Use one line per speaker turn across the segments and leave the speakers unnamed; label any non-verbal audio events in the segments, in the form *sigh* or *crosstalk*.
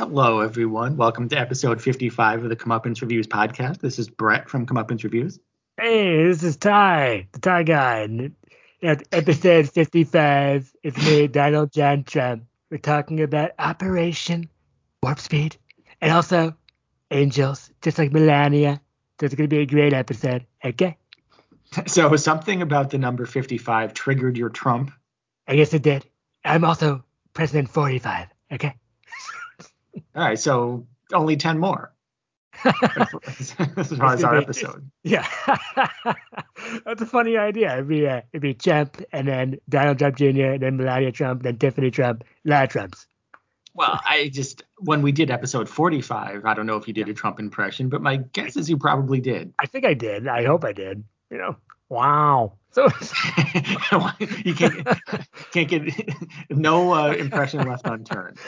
Hello, everyone. Welcome to episode 55 of the Comeuppance Reviews podcast. This is Brett from Comeuppance Reviews. *laughs*
Hey, this is Ty, the Ty guy. And at episode 55, it's me, Donald John Trump. We're talking about Operation Warp Speed and also Angels, just like Melania. So it's going to be a great episode. Okay.
So, something about the number 55 triggered your Trump.
I guess it did. I'm also President 45. Okay. *laughs*
All right, so only 10 more. *laughs* as far as our
be-
episode.
Yeah. *laughs* That's a funny idea. It'd be, uh, it'd be Trump and then Donald Trump Jr., then Melania Trump, then Tiffany Trump, a lot of Trumps.
Well, I just, when we did episode 45, I don't know if you did a Trump impression, but my guess is you probably did. *laughs*
I think I did. I hope I did. You know. Wow. So *laughs*
you can't, can't get *laughs* no uh, impression left unturned.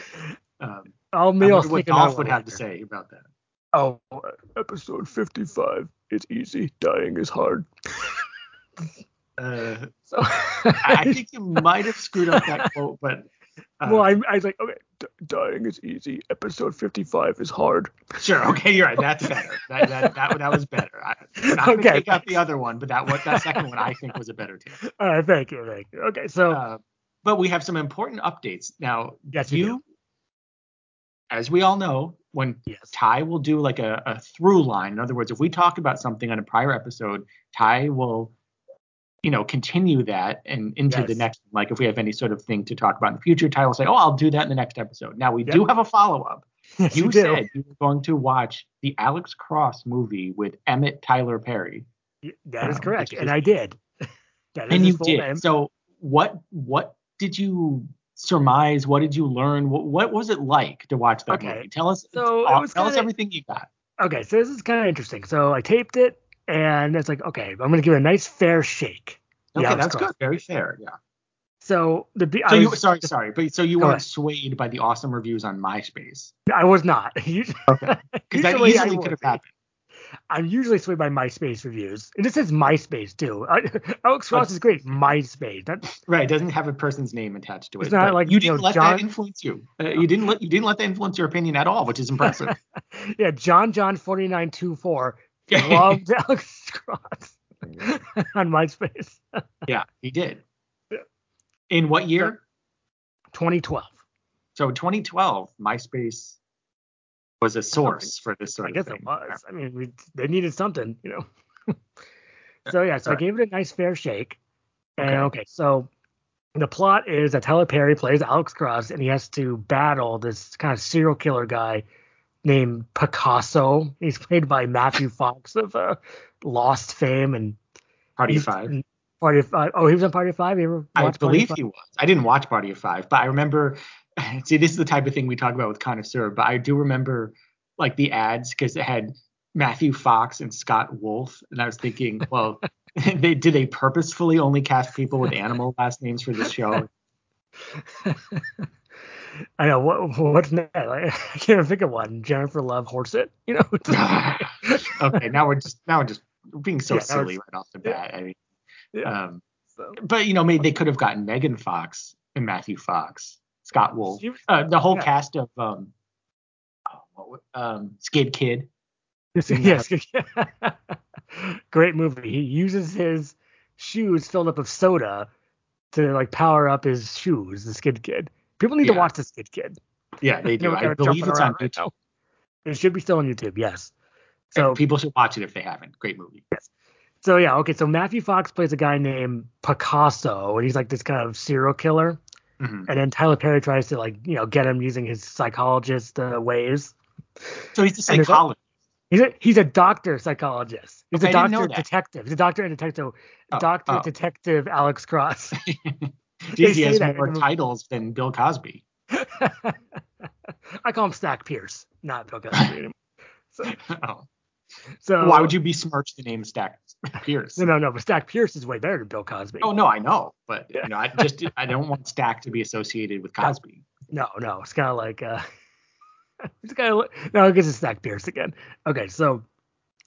Um,
all
I
meals.
wonder what Dolph would have to say about that.
Oh, episode fifty-five. It's easy. Dying is hard.
Uh,
So *laughs*
I I think you might have screwed up that quote, but uh,
well, I, I was like, okay, d- dying is easy. Episode fifty-five is hard.
Sure. Okay, you're right. That's better. That that that, that was better. I, I'm not
Okay,
gonna take out the other one, but that one, that second one I think was a better take.
All right, thank you, thank you. Okay, so
Uh, but we have some important updates now.
yes, we
you,
do.
as we all know, when *laughs*
Yes.
Ty will do like a, a through line. In other words, if we talk about something on a prior episode, Ty will, you know, continue that and into the
Yes.
next. Like if we have any sort of thing to talk about in the future, Ty will say, "Oh, I'll do that in the next episode." Now we
Yep.
do have a follow up.
Yes,
You
we do.
said you were going to watch the Alex Cross movie with Emmett Tyler Perry,
Y- That is
Um,
correct,
which
and
is-
I did. *laughs* That is
and
his
you
full
did.
name.
So what what did you surmise? What did you learn? What, what was it like to watch that
Okay.
movie? Tell us.
So, it
tell
was
us
kinda-
everything you got.
okay, so this is kind of interesting. So I taped it, and it's like, okay, I'm gonna give it a nice fair shake. The
Okay,
Alex
that's
Cross.
good. Very fair. Yeah.
So the be-
So
I
you
was,
sorry, sorry, but so you
Go
weren't
ahead.
swayed by the awesome reviews on MySpace
I was not. *laughs* Usually,
Okay. because that
I
easily
would
could have
be.
happened.
I'm usually swayed by MySpace reviews, and this is MySpace too. *laughs* I, Alex
Like-
Cross is great. MySpace. That,
Right, it doesn't have a person's name attached to it.
It's not
but
like,
you
you
didn't
know,
let
John-
that influence you. Uh,
*laughs*
you didn't let you didn't let that influence your opinion at all, which is impressive.
yeah, John John 4924
yeah, *laughs*
loved Alex Cross *laughs* on MySpace.
he did.
Yeah.
In what year?
2012.
So 2012, MySpace was a source for this sort
I
of
guess
thing.
it was. I mean, we, they needed something, you know. *laughs* so yeah, so I
alright.
gave it a nice fair shake. And
Okay.
okay. so the plot is that Tyler Perry plays Alex Cross, and he has to battle this kind of serial killer guy named Picasso. He's played
*laughs*
by Matthew Fox of uh, Lost fame and
Party of
he's-
Five.
and Party of Five. Oh, he was on Party of Five. You ever
I
watched Party of
believe
Five?
he was. I didn't watch Party of Five, but I remember. *laughs* See, this is the type of thing we talk about with connoisseur, but I do remember like the ads because it had Matthew Fox and Scott Wolf, and I was thinking, well, *laughs* they did they purposefully only cast people
*laughs*
with animal last names for this show?
I know what what's next. Like, *laughs* I can't even think of one. Jennifer Love Horset. You know. *laughs*
*laughs* okay, now we're just now we're just being so
Yeah, now
silly
it's-
right off the
yeah.
bat. I mean,
Yeah.
um,
So-
but you know, maybe they could have gotten Megan Fox and Matthew Fox, Scott Wolf,
She was-
uh, the whole
Yeah.
cast of um, oh, what wa- um, Skid Kid.
Yes,
in
*laughs* yes. Great movie. He uses his shoes filled up of soda to like power up his shoes. The Skid Kid. People need
Yeah.
to watch the Skid Kid.
Yeah, they
You know,
do. I
they're
believe
jumping
it's on
around right
YouTube.
now. It should be still on YouTube. Yes. So
people should watch it if they haven't. Great movie.
so yeah okay. So Matthew Fox plays a guy named Picasso, and he's like this kind of serial killer.
Mhm.
And then Tyler Perry tries to like you know get him using his psychologist uh, ways.
So he's a
And there's al-
psychologist.
He's a he's a doctor psychologist. He's
Okay, I
a
didn't know
doctor
that.
detective. He's a doctor and detective.
Oh,
doctor
oh.
detective Alex Cross. *laughs*
Geez, he
say
has
that in
more
the movie.
titles than Bill Cosby. *laughs*
I call him Stack Pierce, not Bill Cosby
*laughs*
anymore.
Oh.
So
Why would you besmirch the name Stack Pierce?
No, no, no. But Stack Pierce is way better than Bill Cosby.
Oh no, I know, but
Yeah.
you know, I just I don't want Stack to be associated with Cosby.
No, no. It's kind of like uh, *laughs* it's kind of no. I guess it's Stack Pierce again. Okay, so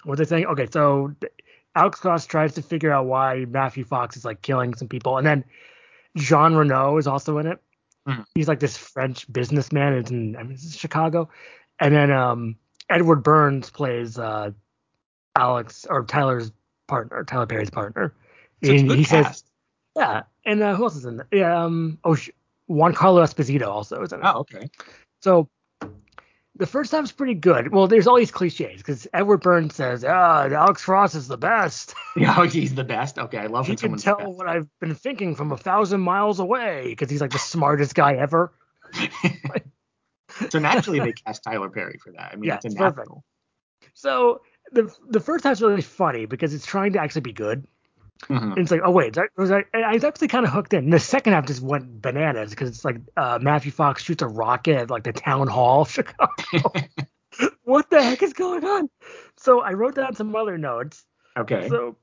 what they saying? Okay, so th- Alex Cross tries to figure out why Matthew Fox is like killing some people, and then Jean Renault is also in it.
Hmm.
He's like this French businessman. It's in I mean, it's Chicago, and then um, Edward Burns plays uh, Alex or Tyler's partner, Tyler Perry's partner.
So it's a
And
good
he says,
cast.
yeah. And uh, who else is in there? Yeah. Um. Oh, sh- Juan Carlos Esposito also is in it.
oh, okay.
So the first time's pretty good. Well, there's all these cliches because Edward Burns says, "Ah, Alex Frost is the best.
*laughs* Yeah, oh, he's the best. Okay, I love
He
when
can
someone's
tell
the
what I've been thinking from a thousand miles away because he's like the smartest guy ever."
best. so naturally they cast Tyler Perry for that. I mean,
Yeah,
it's a
it's perfect.
natural.
So the the first time's really funny because it's trying to actually be good.
Mhm.
And it's like, oh wait, that was I, I was actually kind of hooked in. And the second half just went bananas because it's like uh, Matthew Fox shoots a rocket at like the town hall
*laughs*
of *laughs* Chicago. what the heck is going on? So I wrote down some other notes.
Mm-hmm.
*laughs*
Okay.
So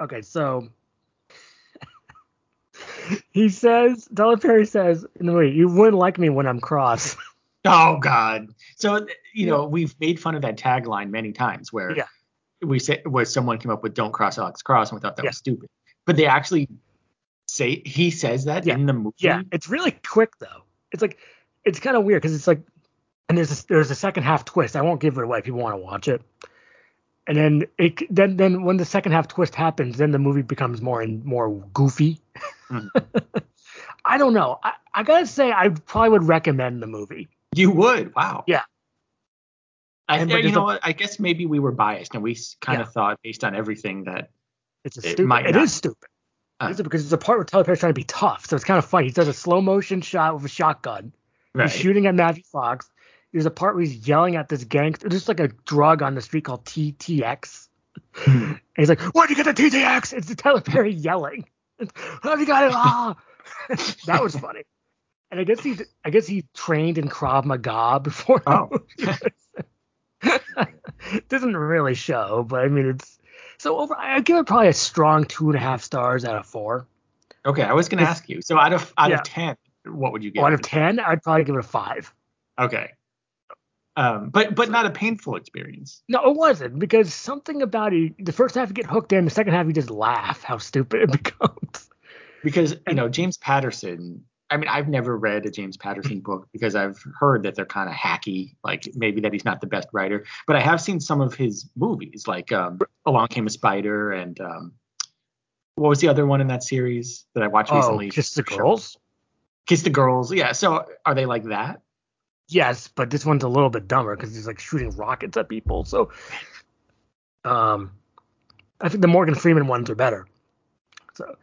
okay, so *laughs* he says Tyler Perry says in the movie, "You wouldn't like me when I'm cross." *laughs*
oh God. So you know we've made fun of that tagline many times where
Yeah.
we say where someone came up with "Don't cross Alex Cross" and we thought that
Yeah.
was stupid, but they actually say he says that
Yeah.
in the movie.
Yeah, it's really quick though. It's like it's kind of weird because it's like, and there's this, there's a second half twist. I won't give it away if you want to watch it. And then it then then when the second half twist happens, then the movie becomes more and more goofy.
Mhm.
*laughs* I don't know. I, I gotta say, I probably would recommend the movie.
You would. Wow.
Yeah.
I,
And- but
you
just
know
a-
what? I guess maybe we were biased and we kind
Yeah.
of thought based on everything that
It's a
It
stupid.
might
it
not.
is stupid.
Uh.
It's because it's a part where Tyler Perry's trying to be tough, so it's kind of funny. He does a slow motion shot with a shotgun.
right.
He's shooting at Matthew Fox. There's a part where he's yelling at this gangster. There's like a drug on the street called TTX.
Hmm.
*laughs* and he's like, "Where'd you get the TTX?" It's Tyler Perry yelling. *laughs* How you got it? Ah, *laughs* that was funny. And I guess he, I guess he trained in Krav Maga before.
Oh.
*laughs* doesn't really show, but I mean it's so over. I I'd give it probably a strong two and a half stars out of four.
Okay, I was going to
It's-
ask you. So out of out
Yeah.
of ten, what would you give?
Out of ten, I'd probably give it a five.
Okay. Um, but but not a painful experience.
No, it wasn't because something about it. The first half you get hooked in, the second half you just laugh how stupid it *laughs* becomes.
because you
And-
know James Patterson. I mean, I've never read a James Patterson
Mm-hmm.
book because I've heard that they're kind of hacky, like maybe that he's not the best writer. But I have seen some of his movies, like um, Along Came a Spider, and um, what was the other one in that series that I watched
Oh,
recently?
just the
Show.
girls.
Kiss the Girls. Yeah. So are they like that?
Yes, but this one's a little bit dumber because he's like shooting rockets at people. So, um, I think the Morgan Freeman ones are better. So,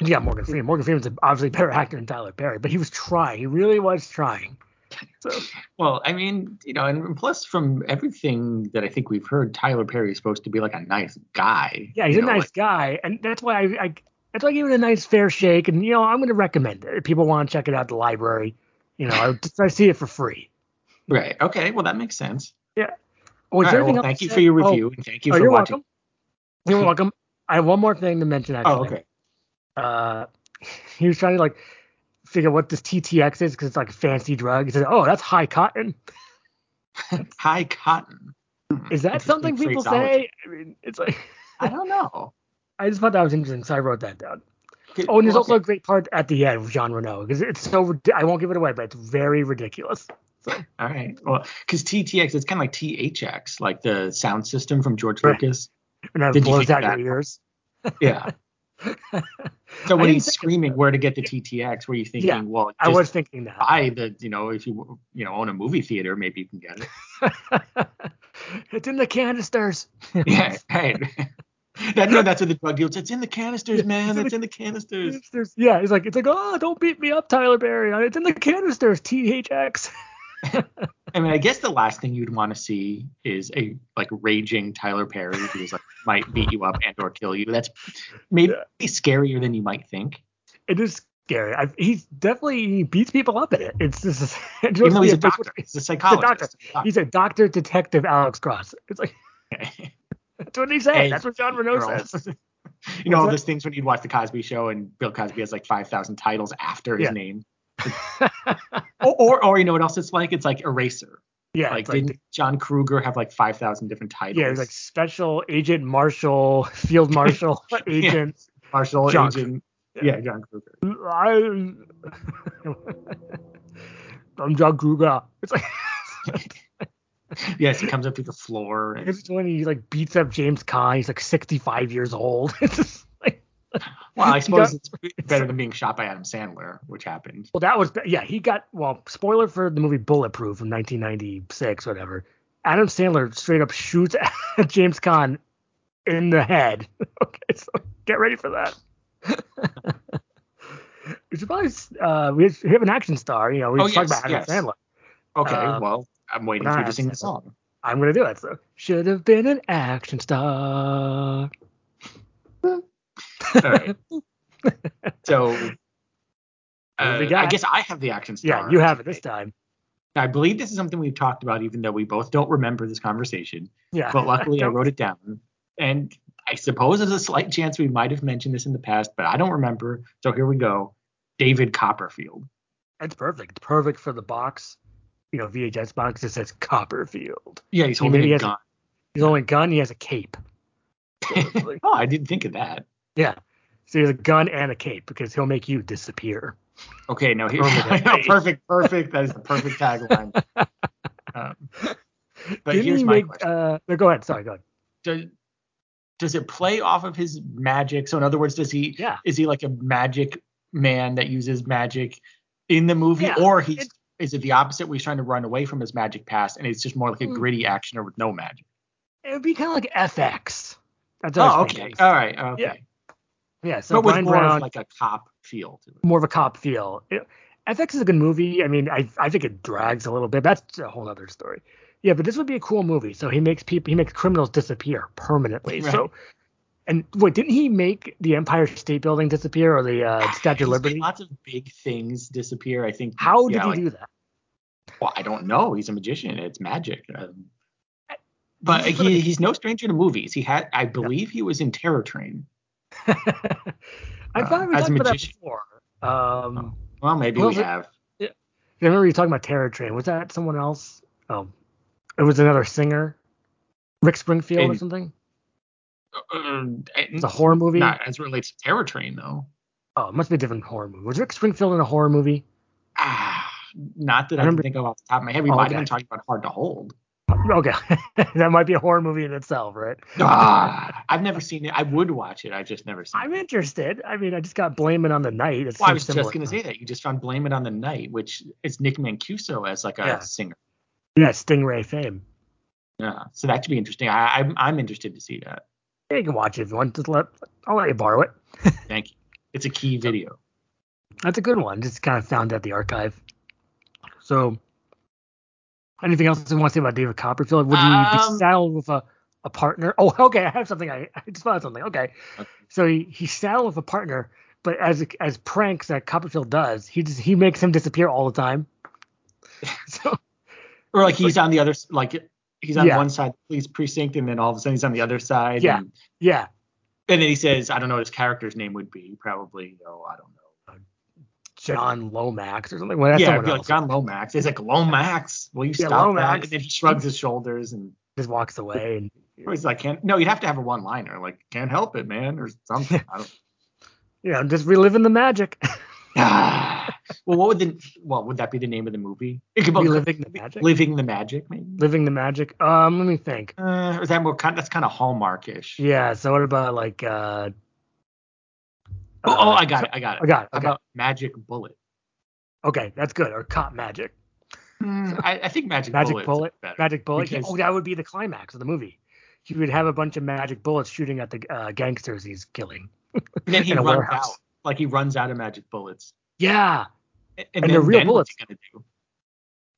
yeah, Morgan Freeman. Morgan Freeman's obviously a better actor than Tyler Perry, but he was trying. He really was trying. So,
Well, I mean, you know, and plus from everything that I think we've heard, Tyler Perry is supposed to be like a nice guy.
yeah, he's
you
a
know,
nice
like-
guy, and that's why I, I that's why I gave it a nice fair shake. And you know, I'm going to recommend it if people want to check it out at the library. You know, I would just try to see it for free.
right. Okay. Well, that makes sense.
Oh, is
All
there
right, well,
anything else
thank
to
you
say?
for your
Oh,
review and thank you
oh,
for
you're
watching.
welcome. You're welcome. I have one more thing to mention. Actually.
Oh, okay.
uh, *laughs* he was trying to like figure out what this TTX is because it's like a fancy drug. He said, "Oh, that's high cotton."
High cotton.
Is that
Interesting
something people
phraseology.
say? I mean, it's like *laughs*
I don't know.
I just thought that was interesting, so I wrote that down.
Okay,
Oh, and there's
well,
also a
okay.
great part at the end with Jean Renault because it's so rid- I won't give it away, but it's very ridiculous.
all right. Well, because TTX, it's kind of like THX, like the sound system from George
Right.
Lucas.
And it
Did you
blows
think
out
that-
your ears. *laughs*
Yeah.
I
so when
didn't
he's
think of
screaming, where to get the TTX? Were you thinking, well, just
I was thinking that.
buy the, you know, if you you know own a movie theater, maybe you can get it. *laughs*
*laughs* it's in the canisters. *laughs*
yeah. Right. *laughs* that, no, that's what the drug dealers. It's in the
*laughs*
canisters, man.
it's in
It's in the canisters.
Canisters. Yeah, it's like it's like oh, don't beat me up, Tyler Berry. It's in the canisters. THX.
I mean, I guess the last thing you'd want to see is a like raging Tyler Perry who's like *laughs* might beat you up and or kill you. That's maybe scarier than you might think.
*laughs* It is scary. I, he's definitely he beats people up in it. It's this is *laughs* it
Even though
must be
he's a
place
doctor, he's a
where-
psychologist. Uh,
He's a doctor. *laughs* He's a doctor detective Alex Cross.
*laughs*
It's like *laughs* that's what he said.
Hey,
that's what John Renault
you're all-
says. *laughs*
you know all
that?
those things when you'd watch the Cosby Show and Bill Cosby has like five thousand titles after his
Yeah. *laughs*
name. or, or or you know what else it's like? It's like Eraser.
Yeah,
like
it's like,
didn't John Kruger have like five thousand different titles?
yeah, it was like special agent marshal, *laughs* field marshal, agent.
Marshall
John
Agent.
Kruger.
Yeah, John Kruger.
I *laughs* I'm John Gruga. It's like *laughs*
yes, he comes up to the floor. And,
it's when he like beats up James Caan. He's like 65 years old. *laughs* It's just like
well, I
he got-
suppose it's better than being shot by Adam Sandler, which happened.
Well, that was yeah. He got well. Spoiler for the movie Bulletproof from 1996, whatever. Adam Sandler straight up shoots *laughs* James Caan in the head. *laughs* okay, so get ready
*laughs*
for that. we should probably uh, we have an action star. You know, we
Oh,
should talk
yes,
about Adam
yes.
Sandler.
Okay,
Uh,
well, I'm waiting
not
for you to sing
Adam
the song.
I'm gonna do it. So should have been an action star.
All right.
*laughs*
so,
What do we
uh, I
got?
guess I have the action star.
*laughs* Yeah, you have it this time.
I believe this is something we've talked about, even though we both don't remember this conversation.
Yeah. *laughs*
But luckily, I
Don't-
wrote it down. And I suppose there's a slight chance we might have mentioned this in the past, but I don't remember. So here we go. David Copperfield.
It's perfect. Perfect for the box. You know, VHS box. It says Copperfield.
Yeah, he's
He
holding
maybe
a
has a-
gun.
He's only gun. He has
*laughs*
a cape.
Oh, I didn't think of that.
yeah. So he has a gun and a cape because he'll make you disappear.
Okay, no, here, *laughs*
Perfect.
no, perfect, perfect. That is the perfect tagline.
*laughs*
Um, but
Didn't
here's
he
my
make,
question.
Uh, no, go ahead. Sorry, go ahead.
does, does it play off of his magic? So in other words, does he
Yeah.
is he like a magic man that uses magic in the movie,
Yeah,
or he's
it-
is it the opposite? Where he's trying to run away from his magic past, and it's just more like a
Mm.
gritty actioner with no magic.
It would be kind of like FX. That's what I
Oh,
was
okay,
thinking.
all right, okay.
Yeah, Yeah. So
but with
Brian
more
Brown,
of like a cop feel to it.
more of a cop feel. It, FX is a good movie. I mean, I I think it drags a little bit. That's a whole other story. Yeah, but this would be a cool movie. So he makes people he makes criminals disappear permanently.
Right.
So and wait, didn't he make the Empire State Building disappear or the uh, Statue
He's made
of Liberty?
Lots of big things disappear. I think.
How did
yeah,
he
like-
do that?
Well, I don't know. He's a magician. It's magic. Um, but
He's really-
he, he's no stranger to movies. He had, I believe, he was in Terror Train.
I
Uh,
thought we
as a
talked about that
magician. Oh.
before. Um,
Well, maybe
Well,
we
the-
have.
I remember you talking about Terror Train. Was that someone else? Oh, it was another singer, Rick Springfield or
And-
something.
Uh,
It's a horror movie.
not as relates to Terror Train though.
Oh, it must be a different horror movie. Was Rick Springfield in a horror movie?
Ah, not that I,
I
can
remember-
think of off the top of my head. We
Oh,
might
okay.
have been talking about Hard to Hold.
Oh, Okay, *laughs* that might be a horror movie in itself, right?
Ah, I've never seen it. I would watch it. I've just never seen
I'm
it.
interested. I mean, I just got blaming on the night. It
Well, I
seems
was
similar.
just gonna say that you just found "Blame It on the Night," which is Nick Mancuso as like a
Yeah.
singer.
Yeah, Stingray fame.
Yeah, so that could be interesting. I, I'm I'm interested to see that.
Yeah, you can watch it if you want. Just let I'll let you borrow it.
Thank you. It's a key video.
That's a good one. Just kind of found at the archive. So, anything else you want to say about David Copperfield? Would he
Um,
be saddled with a, a partner? Oh, *laughs* okay. I have something. I, I just found something. Okay.
Okay.
So he, he's saddled with a partner, but as as pranks that Copperfield does, he just he makes him disappear all the
*laughs*
time. So
Or like he's on the other s- like he's on
Yeah.
one side of the police precinct and then all of a sudden he's on the other side.
Yeah.
And,
yeah,
and then he says, I don't know what his character's name would be, probably, oh, I don't know.
John Lomax or something. Well, that's
yeah, it'd
someone
be like
else.
John Lomax. He's like, Lomax, will you
Yeah,
stop
Lomax.
that? And then he shrugs his shoulders and
just walks away and
he's like, can't. No, you'd have to have a one-liner, like, can't help it, man, or something. I
*laughs*
don't. *sighs*
you know just reliving the magic.
Ah. well, what would the well would that be the name of the movie? It *laughs*
*laughs*
could be
reliving the magic.
Living the Magic, maybe.
living the magic. Um, let me think.
Uh, or is that more kind? That's kind of Hallmarkish.
Yeah. So what about like? uh
Oh, oh,
uh,
I got it. I got it.
I got it.
How
Okay.
About Magic Bullet.
okay, that's good. Or cop magic,
Hmm, I, I think Magic,
Magic
Bullet's
Bullet?
better.
magic bullet.
Because-
oh, that would be the climax of the movie. He would have a bunch of magic bullets shooting at the uh, gangsters he's killing.
And then he
in a
runs
warehouse.
out. Like he runs out of magic bullets.
Yeah.
And,
And
then,
they're real
then what's
bullets.
he gonna do?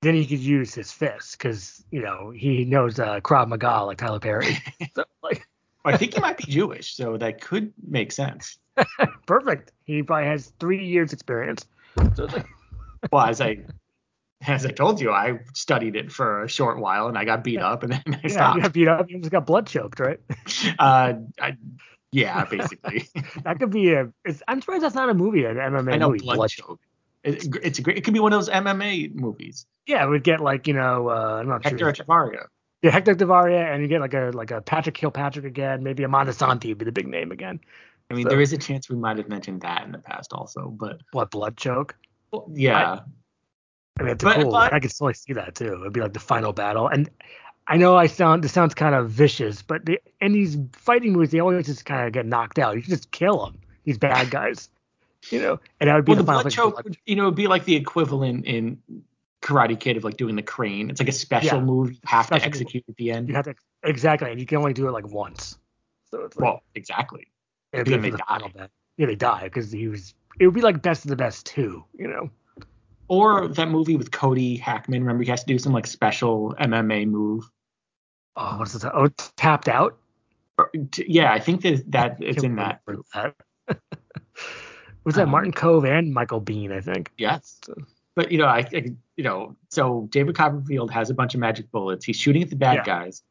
Then he could use his fists because you know he knows uh, Krav Maga like
*laughs*
Tyler Perry. so like
I think he might be Jewish, so that could make sense.
perfect. He probably has three years experience. So, it's like,
Well, as I *laughs* as I told you, I studied it for a short while and I got beat up and then I
yeah, *laughs* you
stopped.
got beat up. You just got blood choked, right?
Uh, I, yeah,
*laughs*
basically.
That could be a. It's, I'm surprised that's not a movie. An MMA
I know
movie.
blood, choke. It, it's a great. It could be one of those MMA movies.
Yeah, it would get like you know uh, I'm not
Hector
sure.
Echevarria.
Yeah, Hector Devaria, and you get like a like a Patrick Kilpatrick again. Maybe a Montesanti would be the big name again.
I mean,
So-
there is a chance we might have mentioned that in the past also, but
What blood choke?
yeah.
I mean, it's
But-
cool.
but-
I could totally see that too. It'd be like the final battle. And I know I sound this sounds kind of vicious, but the, in these fighting movies, they always just kind of get knocked out. You should just kill them. These bad guys, you know. And that would be
well, the
the final
blood
thing.
choke, would, you know, would be like the equivalent in Karate Kid of like doing the crane. It's like a special
Yeah.
move you have to
Special move.
execute at the end.
You have to exactly, and you can only do it like once. So it's like,
Well, exactly.
it'd be
then
for
they
the
die.
final battle. Yeah, they die because he was. It would be like best of the best too, you know.
Or that movie with Cody Hackman. Remember, he has to do some like special MMA move.
Oh, what's the Oh, tapped out.
T- Yeah, I think that,
*laughs*
that it's
Can't
in that.
remember that. *laughs* was that
Um,
Martin Cove and Michael Bean? I think.
Yes. But you know, I, I you know, so David Copperfield has a bunch of magic bullets. He's shooting at the bad
Yeah.
guys.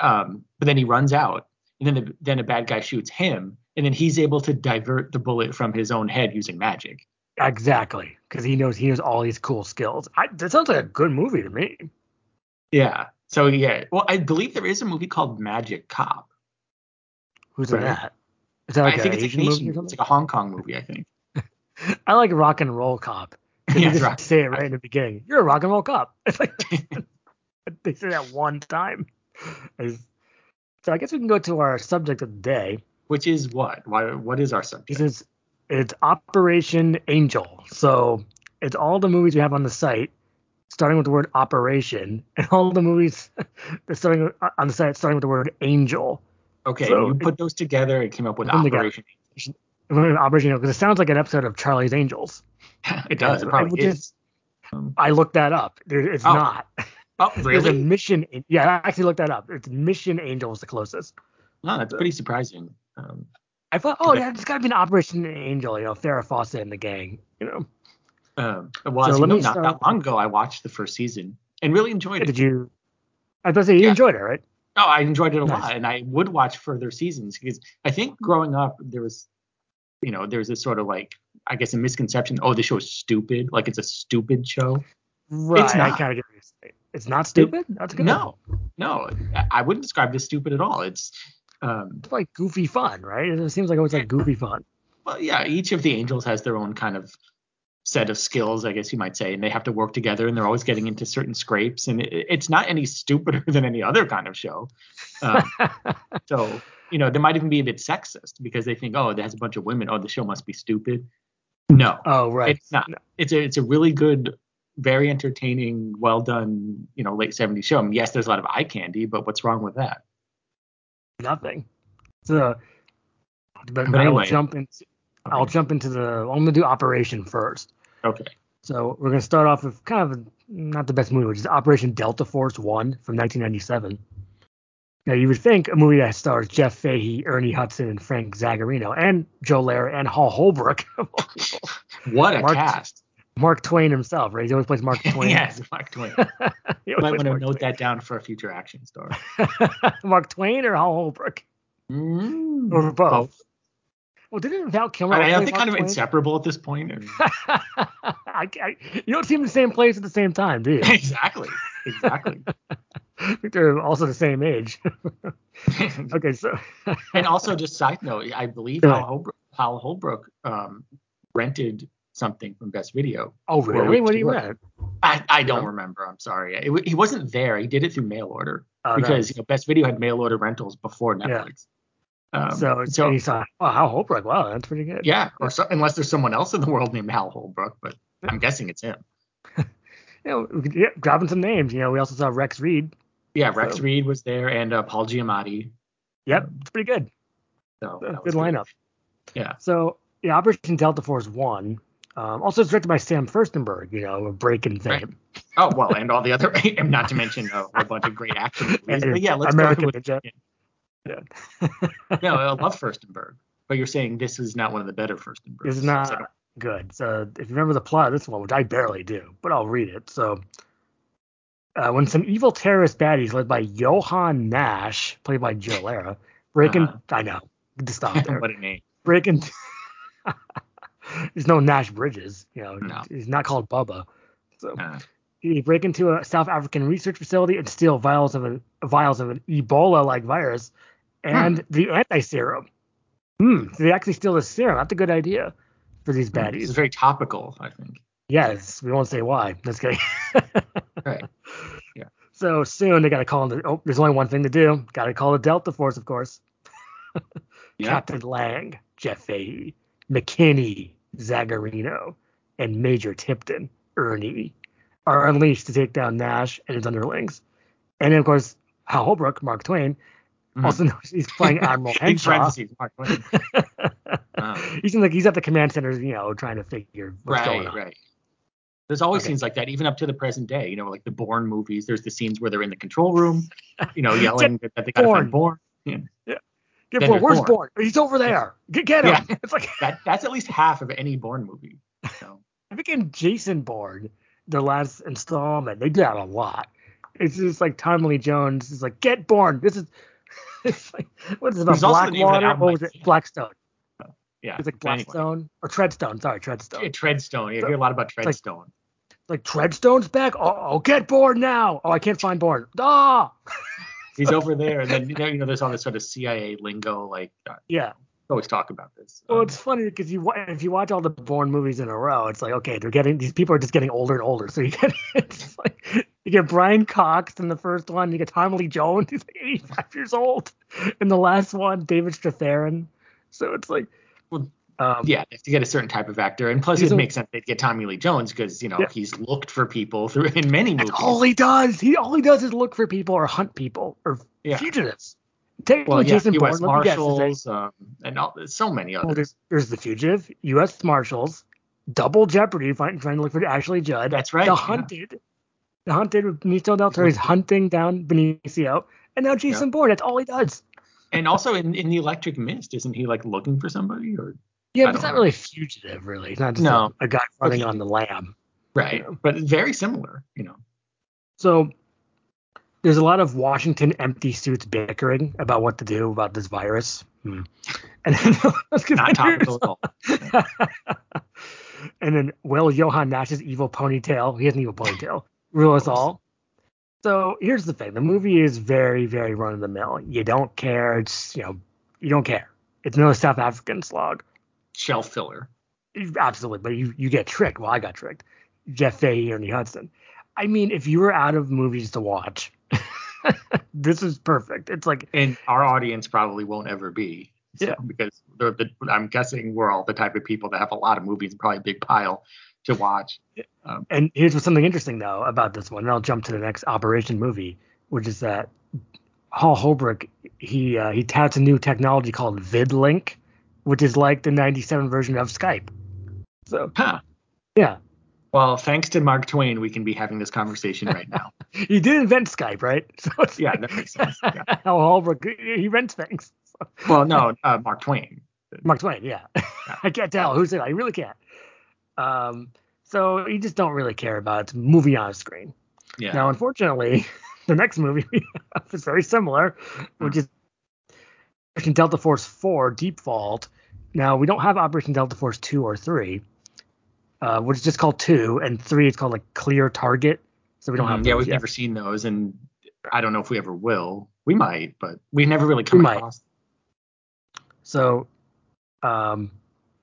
Um, but then he runs out, and then the, then a bad guy shoots him, and then he's able to divert the bullet from his own head using magic.
Exactly, because he knows he knows all these cool skills. I, that sounds like a good movie to me.
Yeah. So yeah, well, I believe there is a movie called Magic Cop.
Who's in
Right.
that? Is that like
I
an
think it's a
Asian
Asian,
movie? Or
it's
something?
like a Hong Kong movie, I
*laughs*
think.
I like Rock and Roll Cop. 'cause
Yeah,
they just
right.
say it right in the beginning. You're a rock and roll cop. *laughs* It's
*laughs*
like they say that one time. *laughs* I just- So I guess we can go to our subject of the day.
Which is what? Why? What is our subject?
This is it's Operation Angel. So it's all the movies we have on the site, starting with the word operation, and all the movies *laughs* that's starting with- on the site starting with the word angel.
Okay,
So-
you put those together and came up with
Put them together.
Operation.
Operation because it sounds like an episode of Charlie's Angels.
*laughs* it does. It
Yeah,
probably
which is-
is. Um,
I looked that up. There, it's
Oh,
not. *laughs*
oh,
There's a
really?
mission. Yeah, I actually looked that up. It's Mission Angel was the closest.
No, that's pretty surprising. Um,
I thought, oh,
Okay.
yeah, it's got to be an Operation Angel. You know, Farrah Fawcett and the gang. You know,
um, well,
So
as you
let
know,
me
not
start-
that long ago, I watched the first season and really enjoyed it.
did you? I was about to say you
Yeah.
enjoyed it, right?
Oh, I enjoyed it a
Nice. Mm-hmm.
lot, and I would watch further seasons because I think growing up there was, you know, there's this sort of like I guess a misconception. Oh, this show is stupid. Like it's a stupid show.
Right. I
not.
kind of get what you're saying. It's not stupid. That's good.
No, no, I- I wouldn't describe this stupid at all. It's, um,
It's like goofy fun, right? It seems like it was like goofy fun. *laughs*
well, yeah. Each of the angels has their own kind of set of skills, I guess you might say, and they have to work together, and they're always getting into certain scrapes, and it, it's not any stupider *laughs* than any other kind of show. Um, So, you know, they might even be a bit sexist because they think, oh, it has a bunch of women. Oh, the show must be stupid. No,
oh, right.
it's not. It's a it's a really good, very entertaining, well done, you know, late 70s show. And yes, there's a lot of eye candy, but what's wrong with that?
Nothing. So, but,
But
but I'll
anyway.
jump in. I'll jump into the. I'm gonna do Operation first.
Okay.
So we're going to start off with kind of not the best movie, which is Operation Delta Force 1 from 1997. Now, you would think a movie that stars Jeff Fahey, Ernie Hudson, and Frank Zagarino, and Joe Lehrer, and Hall Holbrook, *laughs*
What a
Mark-
cast. *laughs*
Mark Twain himself, right? He always plays Mark Twain. *laughs*
yes, Mark Twain.
He
You might
always
want
plays
to
Mark
note that down for a future action story.
Twain. *laughs* Mark Twain or Hall Holbrook?
Mm,
Or both. Well, didn't Val Kilmer?
I mean,
also
aren't
play
they kind of
Mark Twain?
inseparable at this point? I mean,
*laughs* I, I, you don't see them in the same place at the same
*laughs*
time, do you?
exactly.
*laughs*
Exactly.
I think they're also the same age. *laughs* okay, so
and also just side note, I believe
Go
Hal
ahead.
Holbrook, Hal Holbrook um, rented something from Best Video.
oh
Well,
really? What do
it's
you
work.
rent?
I, I don't
Yeah.
remember. I'm sorry. It, wa- he wasn't there. He did it through mail order
Oh,
because
nice.
you know, Best Video had mail order rentals before
Yeah.
Netflix. Um,
so it's
so
and you saw oh how Holbrook wow that's pretty good
yeah, or so, unless there's someone else in the world named Hal Holbrook, but I'm guessing it's him.
you know, we could- yeah dropping some names you know we also saw Rex Reed
Yeah, Rex
So-
Reed was there and uh, Paul Giamatti.
yep it's pretty good
So
Uh,
Oh, that
good
was
lineup
Yeah.
so yeah Operation Delta Force one um, also it's directed by Sam Furstenberg you know a break in fame
Right.
*laughs*
Oh well, and all the other, *laughs* and not to mention uh, a bunch of great
*laughs*
action movies.
And
But yeah, let's
American
go with
Ninja
no, I love Furstenberg. But you're saying this is not one of the better Furstenbergs.
It's
So,
not good. So if you remember the plot of this one, which I barely do, but I'll read it. So uh, when some evil terrorist baddies led by Johan Nash, played by Joe Lehrer, break in
Uh-huh.
I know. Just stop
*laughs*
there.
what a name.
break in *laughs* There's no Nash Bridges, you know.
No.
He's not called Bubba. So
Uh,
he break into a South African research facility and steal vials of an vials of an Ebola-like virus
Hmm.
and the anti serum. Hmm. So they actually steal the serum. That's a good idea. for these
This is
baddies.
very topical, I think.
Yes, we won't say why. That's *laughs* good.
Right. Yeah.
So soon they got to call. The, oh, there's only one thing to do. Got to call the Delta Force, of course.
Yeah.
Captain Lang, Jeff Fahey, McKinney, Zagarino, and Major Tipton, Ernie, are unleashed to take down Nash and his underlings. And then, of course, Hal Holbrook, Mark Twain,
Mhm.
also knows he's playing
*laughs*
Admiral
In
Henshaw.
parentheses, Mark
*laughs*
Twain. Um,
he's in like he's at the command center, you know, trying to figure what's going
right,
on.
right. There's always
Okay.
scenes like that, even up to the present day. You know, like the Bourne movies. There's the scenes where they're in the control room, you
*laughs*
know, yelling that, that they got to find Bourne.
Get
Then
Bourne,
there's
where's
Bourne.
Bourne? He's over there. Get, get him. *laughs*
Yeah.
It's like
That that's at least half of any Bourne movie. So
I think in Jason Bourne, the last installment, they did that a lot. It's just like Tommy Lee Jones is like, get Bourne. This is *laughs* it's like what is it about
There's also the name of that
Blackwater?
album
What was
I
it?
can't-
Blackstone.
yeah,
It's like
but anyway.
Blackstone or Treadstone. Sorry, Treadstone.
Yeah, Treadstone. You hear a lot about
like-
Treadstone.
It's like Treadstone's back. Oh, oh, get Bourne now. Oh, I can't find Bourne. Ah,
He's over there, and then you know, you know, there's all this sort of CIA lingo. Like, uh,
yeah.
always talk about this.
Well,
Um,
it's funny because you wa- if you watch all the Bourne movies in a row, it's like okay, they're getting these people are just getting older and older. So you get *laughs* it's like you get Brian Cox in the first one, you get Tom Lee Jones, *laughs* he's like 85 years old, in the last one, David Strathairn. So it's like,
Well,
um,
yeah, they have to get a certain type of actor, and plus
He's
it
a-
makes sense they'd get Tommy Lee Jones because you know
Yeah.
he's looked for people through in many
that's
movies.
all he does. He all he does is look for people or hunt people or
Yeah.
fugitives. Technically,
Well, yeah,
Jason Bourne.
U.S.
let me guess, is a-
Marshals, um, and all, so many
well,
others.
there's, there's the fugitive, U.S. Marshals, Double Jeopardy, find, trying to look for Ashley Judd.
That's right.
The
yeah. Mm-hmm.
Hunted. The Hunted with Benicio del Toro. He's hunting down Benicio. And now Jason Bourne. That's all he does.
And also in, in the Electric Mist, isn't he like looking for somebody or
Yeah,
I
but it's
don't
not
know.
really fugitive, really. It's not just
No.
a, a guy running
Okay.
on the lam.
right? But very similar, you know.
So there's a lot of Washington empty suits bickering about what to do about this virus. Hmm. And then, *laughs*
Not topical at all.
and then Will Johan Nash's evil ponytail. He has an evil ponytail. Rule us
course.
all. So here's the thing: the movie is very, very run of the mill. You don't care. It's you know, you don't care. It's another South African slog.
Shelf filler.
Absolutely, but you you get tricked. Well, I got tricked. Jeff Fahey, Ernie Hudson. I mean, if you were out of movies to watch, *laughs* this is perfect. It's like
And our audience probably won't ever be. So,
Yeah.
Because they're the, I'm guessing we're all the type of people that have a lot of movies and probably a big pile to watch.
And here's what's something interesting though about this one, and I'll jump to the next Operation movie, which is that Hal Holbrook he uh, he touts a new technology called VidLink, which is like the '97 version of Skype. So
Huh.
yeah,
Well, thanks to Mark Twain, we can be having this conversation right now.
he did invent Skype, right? *laughs* So it's
yeah,
like,
that makes sense. Yeah.
*laughs* Hal Holbrook he he rents things.
Well, no, uh, Mark Twain.
Mark Twain, yeah. *laughs* I can't tell who's it. I really can't. Um, so you just don't really care about it. It's a movie on a screen.
Yeah.
Now, unfortunately, *laughs* the next movie we have is very similar,
Mm.
which is Operation Delta Force 4 Deep Vault. Now, we don't have Operation Delta Force 2 or 3, uh, which is just called 2, and 3 is called like Clear Target. So we don't have
Mm-hmm. yeah,
those
we've
yet.
never seen those, and I don't know if we ever will. We might, but we never really
We
come
might.
across.
So um,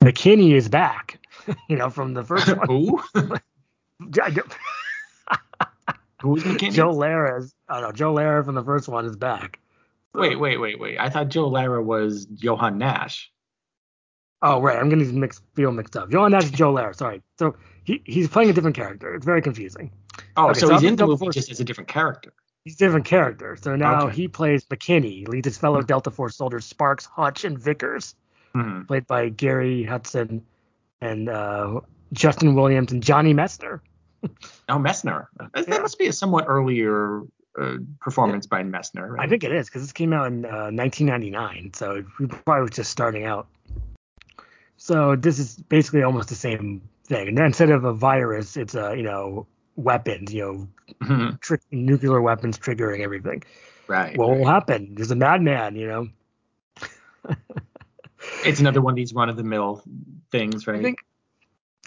McKinney is back, *laughs* you know, from
*laughs*
the *laughs* first one.
Who?
I don't-
Who's McKinney?
Joe Lara is, I don't know, Joe Lara from the first one is back.
Wait, wait, wait, wait. I thought Joe Lara was Johan Nash.
Oh right, I'm gonna mix feel mixed up. Johan Nash is Joe Lara, sorry. So he, he's playing a different character. It's very confusing.
Oh,
Okay,
so,
so
he's
I'm
in the
gonna go
movie
first.
just as a different character.
He's a different character. So now
Okay.
he plays McKinney, leads his fellow Delta Force soldiers Sparks, Hutch, and Vickers,
Mhm.
played by Gary Hudson and uh, Justin Williams and Johnny Messner.
No, Oh, Messner. That,
Yeah.
that must be a somewhat earlier uh, performance by Messner. Right?
I think it is because this came out in uh, 1999, so we probably was just starting out. So this is basically almost the same thing. And instead of a virus, it's a you know weapons, you know
Mhm.
tri- nuclear weapons triggering everything.
Right.
What
right.
will happen? There's a madman, you know.
it's another one of these run of the mill things, right?
I think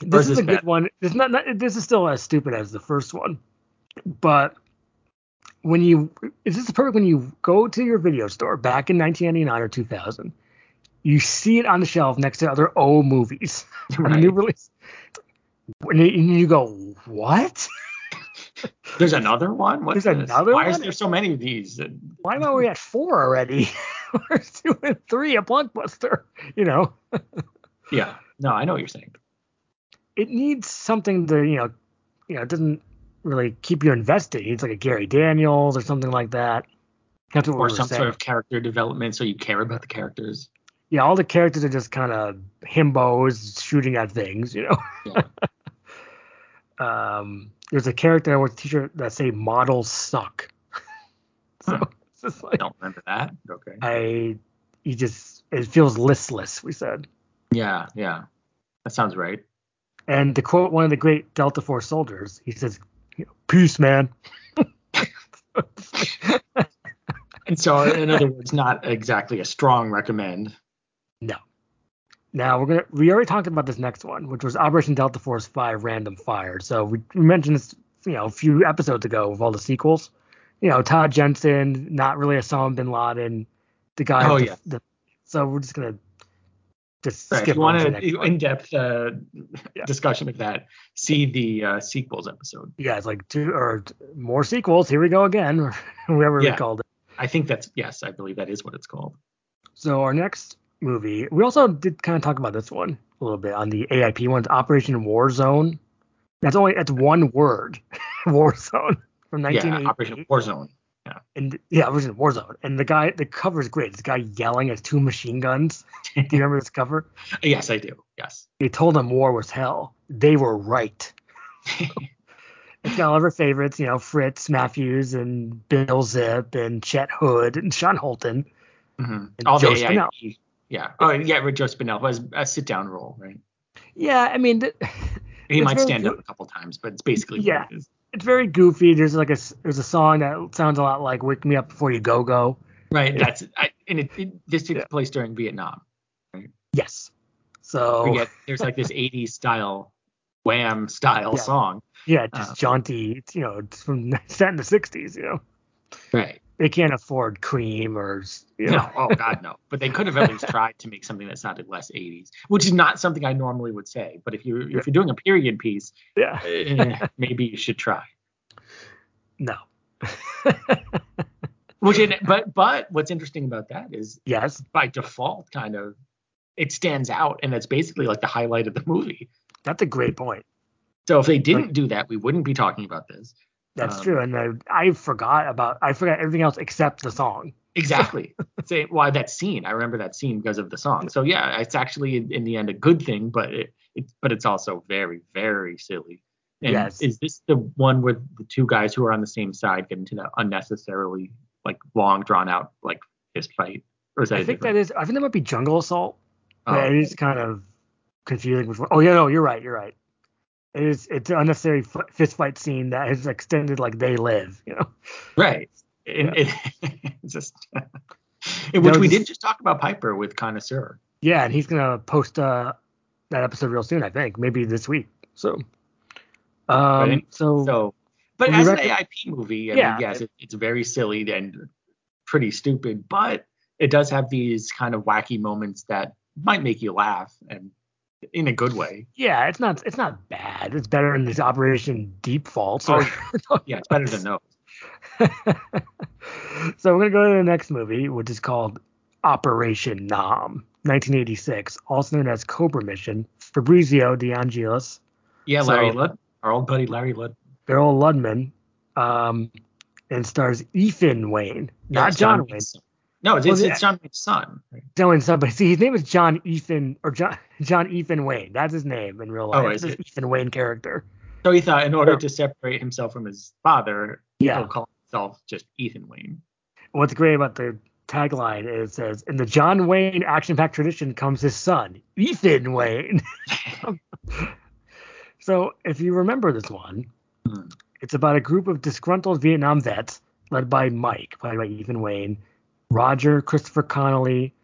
Or
this
is
is,
this
a good
bad?
one. It's not, not. This is still as stupid as the first one, but when you is this perfect when you go to your video store back in 1999 or 2000 you see it on the shelf next to other old movies, *laughs*
Right.
a new release, and you- and you go, "What?
There's another one. What's
There's
this?
another
Why is
one?
there so many of these?
Why am we at four already? *laughs* We're two and three a blockbuster. You know,
Yeah. No, I know what you're saying.
it needs something to you know, you know, it doesn't really keep you invested. It's like a Gary Daniels or something like that. That's what
Or
we're
some
saying.
sort of character development, so you care about the characters.
yeah, all the characters are just kind of himbos shooting at things, you know. *laughs* um, there's a character I was a teacher that say models suck. *laughs* so
Huh.
it's just like
Don't remember that. Okay.
I, you just it feels listless. We said,
Yeah. Yeah. That sounds right.
and to quote one of the great Delta Force soldiers, he says, "Peace, man."
And so, in
*laughs*
other words, not exactly a strong recommend.
Now we're gonna we already talked about this next one, which was Operation Delta Force Five Random Fire. So we, we mentioned this, you know, a few episodes ago with all the sequels. You know, Todd Jensen, not really Osama bin Laden, the guy.
Oh,
the-
yeah.
the- so we're just gonna just
Right, if
skip
you
on to the
want an
next one.
in-depth uh,
Yeah.
discussion of that, see the uh, sequels episode.
Yeah, it's like two or more sequels. Here we go again. *laughs* or Whoever
Yeah.
we called it.
I think that's yes, I believe that is what it's called.
So our next movie, we also did kind of talk about this one a little bit on the AIP ones, Operation Warzone. That's only that's one word, *laughs* Warzone from
Yeah,
1980.
Operation Warzone.
and yeah, Operation Warzone. And the guy, the cover is great. This guy yelling at two machine guns. Do you remember this cover?
Yes, I do. Yes.
They told him war was hell. They were right. It's got all of our favorites, you know, Fritz Matthews and Bill Zip and Chet Hood and Sean Holton.
Mhm.
And
All
Joe
the AIP. Yeah. Oh, yeah. With Joe Spinell was a sit-down role, right?
Yeah, I mean, th- *laughs*
He
It's
might
very
stand
good.
up a couple times, but it's basically
Yeah.
What it is.
it's very goofy. There's like a s- there's a song that sounds a lot like "Wake Me Up Before You Go Go."
Right.
Yeah.
That's I, and it, it- this takes
Yeah.
place during Vietnam.
Yes. So Oh.
But yet there's like this '80s style, wham style
Yeah.
song.
yeah, just
uh,
jaunty. It's, you know, it's from *laughs* set in the '60s. You know,
Right.
they can't afford cream or s- you know.
No, oh God, no. But they could have at least tried to make something that sounded less 80s, which is not something I normally would say. But if you're if you're doing a period
*laughs*
piece,
Yeah.
eh, maybe you should try.
No.
Which, it, but but what's interesting about that is
yes,
by default, kind of, it stands out, and that's basically like the highlight of the movie.
that's a great point.
So if they didn't do that, we wouldn't be talking about this.
That's
Um,
true. And I, I forgot about I forgot everything else except the song. *laughs*
Exactly. Say why that scene. I remember that scene because of the song. So yeah, it's actually in, in the end a good thing, but it, it but it's also very very silly. And
Yes.
is this the one where the two guys who are on the same side get into that unnecessarily like long drawn out like fist fight? Or is that
I
a
think that
different-
is. I think that might be Jungle Assault.
oh,
But it is kind of confusing. Which one. Oh yeah, no, you're right. You're right. It is. It's an unnecessary f- fist fight scene that is extended like they live. You know.
right. And it, *laughs* it's just in which
No,
we
just-
did just talk about Piper with Connoisseur.
Yeah, and he's gonna post uh that episode real soon. I think maybe this week. So. Um.
any-
so,
So, but
We
as an
recom-
AIP movie, I
Yeah.
mean, yes, it, it's very silly and pretty stupid, but it does have these kind of wacky moments that might make you laugh and in a good way.
yeah, it's not. It's not bad. It's better than this Operation Deep Fault. or-
Yeah, it's better than no.
*laughs* so we're gonna go to the next movie, which is called Operation Nom, 1986, also known as Cobra Mission. Fabrizio DeAngelis,
Yeah, Larry
So-
Lud, our old buddy Larry Lud,
Beryl Ludman, um, and stars Ethan Wayne,
Yeah,
not
it's
John Wayne.
Wayne's son. No, it's,
Well,
it's,
the-
it's John Wayne's son. right?
John Wayne's son, but see, his name is John Ethan or John *laughs* John Ethan Wayne. That's his name in real life.
Oh,
it's
is
his Ethan Wayne character.
So he thought, in order
Oh.
to separate himself from his father,
Yeah.
he'll call himself just Ethan Wayne.
What's great about the tagline is it says, "In the John Wayne action-packed tradition comes his son, Ethan Wayne." *laughs* So, if you remember this one,
Hmm.
it's about a group of disgruntled Vietnam vets led by Mike, played by Ethan Wayne, Roger, Christopher Connolly,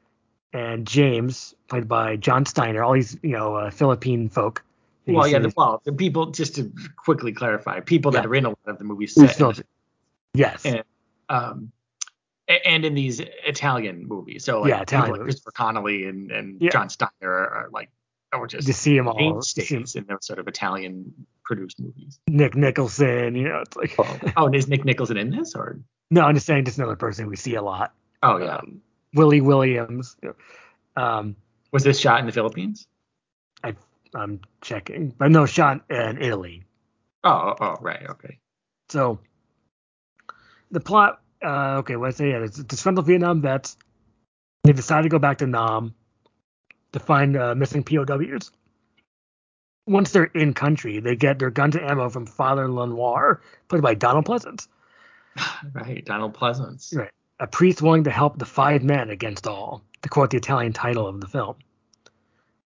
and James, played by John Steiner. All these, you know, uh, Philippine folk. that you
Well, yeah,
see
the, well, the people, just to quickly clarify, people that
Yeah.
are in a lot of the movies
in-
set in
Yes.
um, a- and in these Italian movies. So like
Yeah, Italian
people like
movies.
Christopher Connolly and and
Yeah.
John Steiner are, are like are just
You see him all. you see 'em-
mainstays in those sort of Italian produced movies.
Nick Nicholson, you know, it's like
Oh, and is Nick Nicholson in this or?
no, I'm just saying, just another person we see a lot.
Oh yeah.
Um, Willie Williams. Um,
Was this shot in the Philippines?
I'm checking, but no, Sean uh, in Italy.
Oh, oh, right, okay.
So the plot, uh, okay, what's it? Yeah, it's disgruntled Vietnam vets. They decide to go back to Nam to find uh, missing POWs. Once they're in country, they get their guns and ammo from Father Lenoir, played by Donald Pleasance,
Right, Donald Pleasance.
Right. a priest willing to help the five men against all, to quote the Italian title of the film.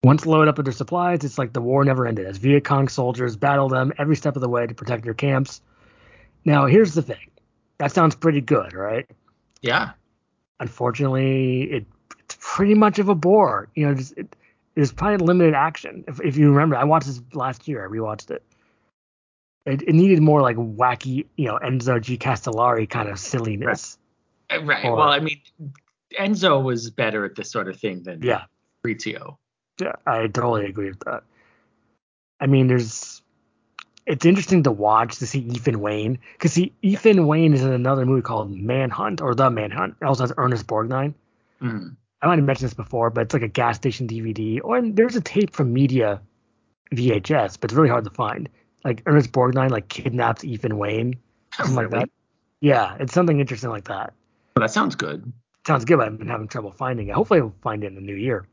Once loaded up with their supplies, it's like the war never ended, as Viet Cong soldiers battle them every step of the way to protect their camps. Now, here's the thing. That sounds pretty good, right?
Yeah.
unfortunately, it, it's pretty much of a bore. You know, just, it, there's probably limited action. If, if you remember, I watched this last year. I rewatched it. It, it needed more like wacky, you know, Enzo G. Castellari kind of silliness.
Uh, Right.
Or-
well, I mean, Enzo was better at this sort of thing than
Yeah,
Fabrizio.
yeah, I totally agree with that. I mean, there's. It's interesting to watch to see Ethan Wayne because see Ethan Wayne is in another movie called Manhunt or The Manhunt. It also has Ernest Borgnine.
*laughs* Mm.
I might have mentioned this before, but it's like a gas station DVD, or and there's a tape from Media VHS, but it's really hard to find. Like Ernest Borgnine like kidnaps
*laughs*
Ethan Wayne, something like
Really?
that. Yeah, it's something interesting like that.
Well, that sounds good.
Sounds good. But I've been having trouble finding it. Hopefully, I'll find it in the new year.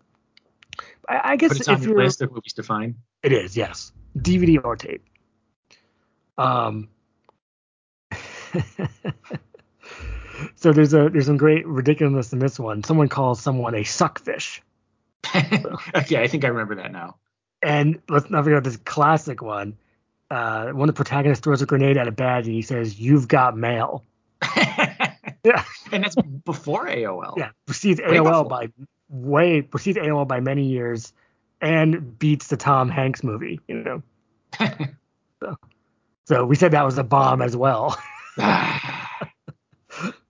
I, I
But
guess
it's on
if
your
you're,
list of movies to find. *laughs*
it is yes, DVD or tape. Um. *laughs* so there's a there's some great ridiculousness in this one. Someone calls someone a suckfish.
okay, I think I remember that now. *laughs*
And let's not forget this classic one. Uh, one of the protagonists throws a grenade at a badge and he says, "You've got mail." Yeah.
and that's before AOL.
Yeah, precedes
Way before.
AOL by way precedes AOL by many years, and beats the Tom Hanks movie. You know, so we said that was a bomb as well.
*laughs* I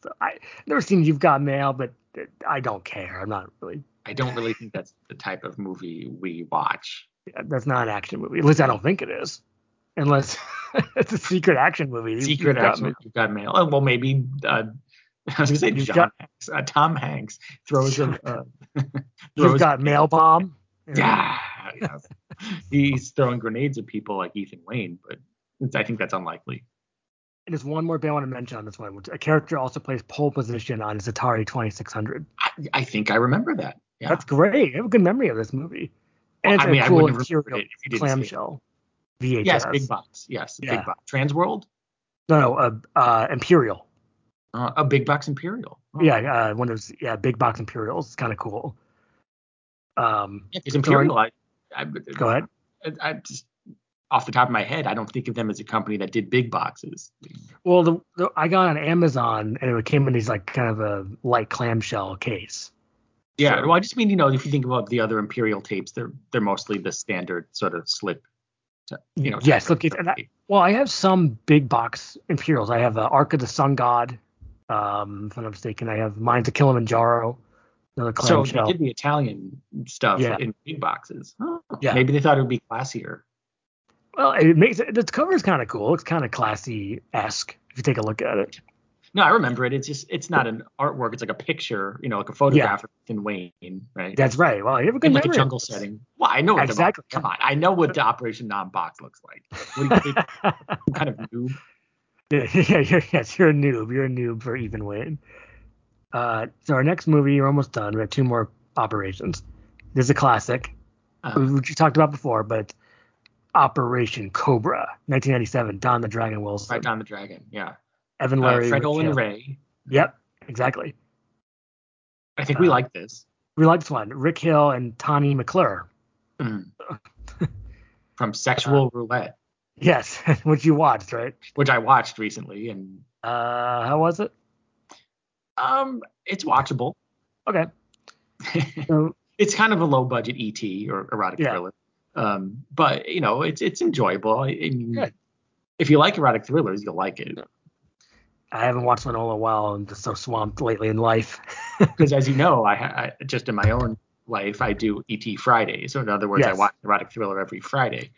So I never seen "You've Got Mail," but uh, I don't care. I'm not really.
don't really think that's the type of movie we watch.
That's not an action movie. At least I don't think it is, unless *laughs* it's a secret action movie.
Secret
You've Got
action.
Mail.
You've got mail. Oh, well, maybe. Uh, *laughs* I was gonna say
You've
John
got-
Hanks, uh, Tom Hanks throws a. Uh,
*laughs* You've
throws-
got mail bomb.
Yeah. yes. He's throwing grenades at people like Ethan Wayne, but it's, I think that's unlikely.
And there's one more bit I want to mention on this one, which a character also plays pole position on his Atari 2600.
I, I think I remember that. Yeah.
That's great. I have a good memory of this movie.
Well,
And
I
it's
mean,
a
I
cool
wouldn't have remembered
imperial
it if you didn't say it.
clamshell VHS.
yes, big box. Yes,
Yeah.
big box. Transworld.
No, no, uh, uh, imperial.
Uh, a big box imperial. Oh.
Yeah, uh, one of those yeah big box imperials. It's kind of cool. Um,
Yeah, 'cause imperial. I, I,
go ahead.
I, I just off the top of my head, I don't think of them as a company that did big boxes.
Well, the, the I got it on Amazon and it came in these like kind of a light clamshell case.
Yeah.
So-
Well, I just mean you know if you think about the other imperial tapes, they're they're mostly the standard sort of slip. to- You know.
yeah,
type
slip
of
case. And I,
tape.
Well, I have some big box Imperials. I have uh, Ark of the Sun God, um, if I'm not mistaken. I have Mines of Kilimanjaro, another
so
clamshell.
they did the Italian stuff
Yeah.
in big boxes. Huh.
Yeah.
Maybe they thought it would be classier.
well, it makes it, the cover is kind of cool. It's kind of classy esque if you take a look at it.
No, I remember it. It's just it's not an artwork. It's like a picture. You know, like a photograph of Ethan Wayne, right?
That's right. Well, you have a good
in like a
memory.
jungle setting. Well, I know what the box-
Exactly.
Come on, I know what the Operation Non Box looks like. What do you think? I'm kind of noob.
*laughs* yeah, yeah, you're, yes, you're a noob. You're a noob for even win. Uh, so our next movie, we're almost done. We have two more operations. This is a classic,
Uh,
which you talked about before, but Operation Cobra, 1997, Don the Dragon Wilson.
right down the dragon. Yeah.
Evan
Uh,
Larry.
Fred Olin
Michaela.
Ray.
Yep, exactly.
I think we
Uh,
like this
We like this one. Rick Hill and Tawny McClure.
Mm. from Sexual Roulette,
Yes, *laughs* which you watched, right?
which I watched recently, and
Uh, how was it?
um, it's watchable. *laughs*
Okay. So,
it's kind of a low budget ET or erotic
Yeah.
thriller. Um, but you know, it's it's enjoyable. I, I mean,
Good.
If you like erotic thrillers, you'll like it.
I haven't watched one in a while. I'm just so swamped lately in life. *laughs*
Because as you know, I, I just in my own life I do ET Friday. So in other words, I
Yes.
watch erotic thriller every Friday.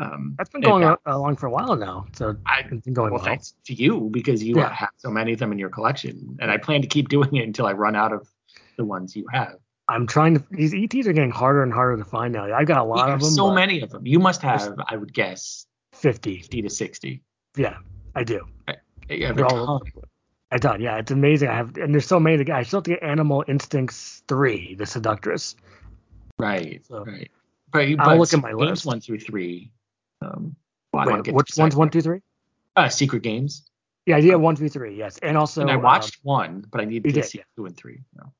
Um,
That's been
and
going
that-
on along for a while now, so
I-
it's been going
well,
well.
thanks to you because you
Yeah.
have so many of them in your collection, and I plan to keep doing it until I run out of the ones you have.
I'm trying to. These ETs are getting harder and harder to find now. I've got a lot
You
of
have
them.
so
but
many of them. You must have, I would guess,
Fifty.
fifty to sixty.
Yeah, I do.
You have a
They're all
ton.
over the place. I done. Yeah, it's amazing. I have, and there's so many. to get- I still have to get Animal Instincts three, The Seductress.
Right,
So-
right. But you-
I'll
but
look at my
games
list.
one through three. Um, well, I don't
Wait,
get
which
to
one's
decide.
one, two, three?
Uh, secret games.
Yeah, I did one, two, three. Yes, and also
Oh. and I
um,
watched one, but I need to
you did,
see
yeah.
two and three.
*laughs*
No.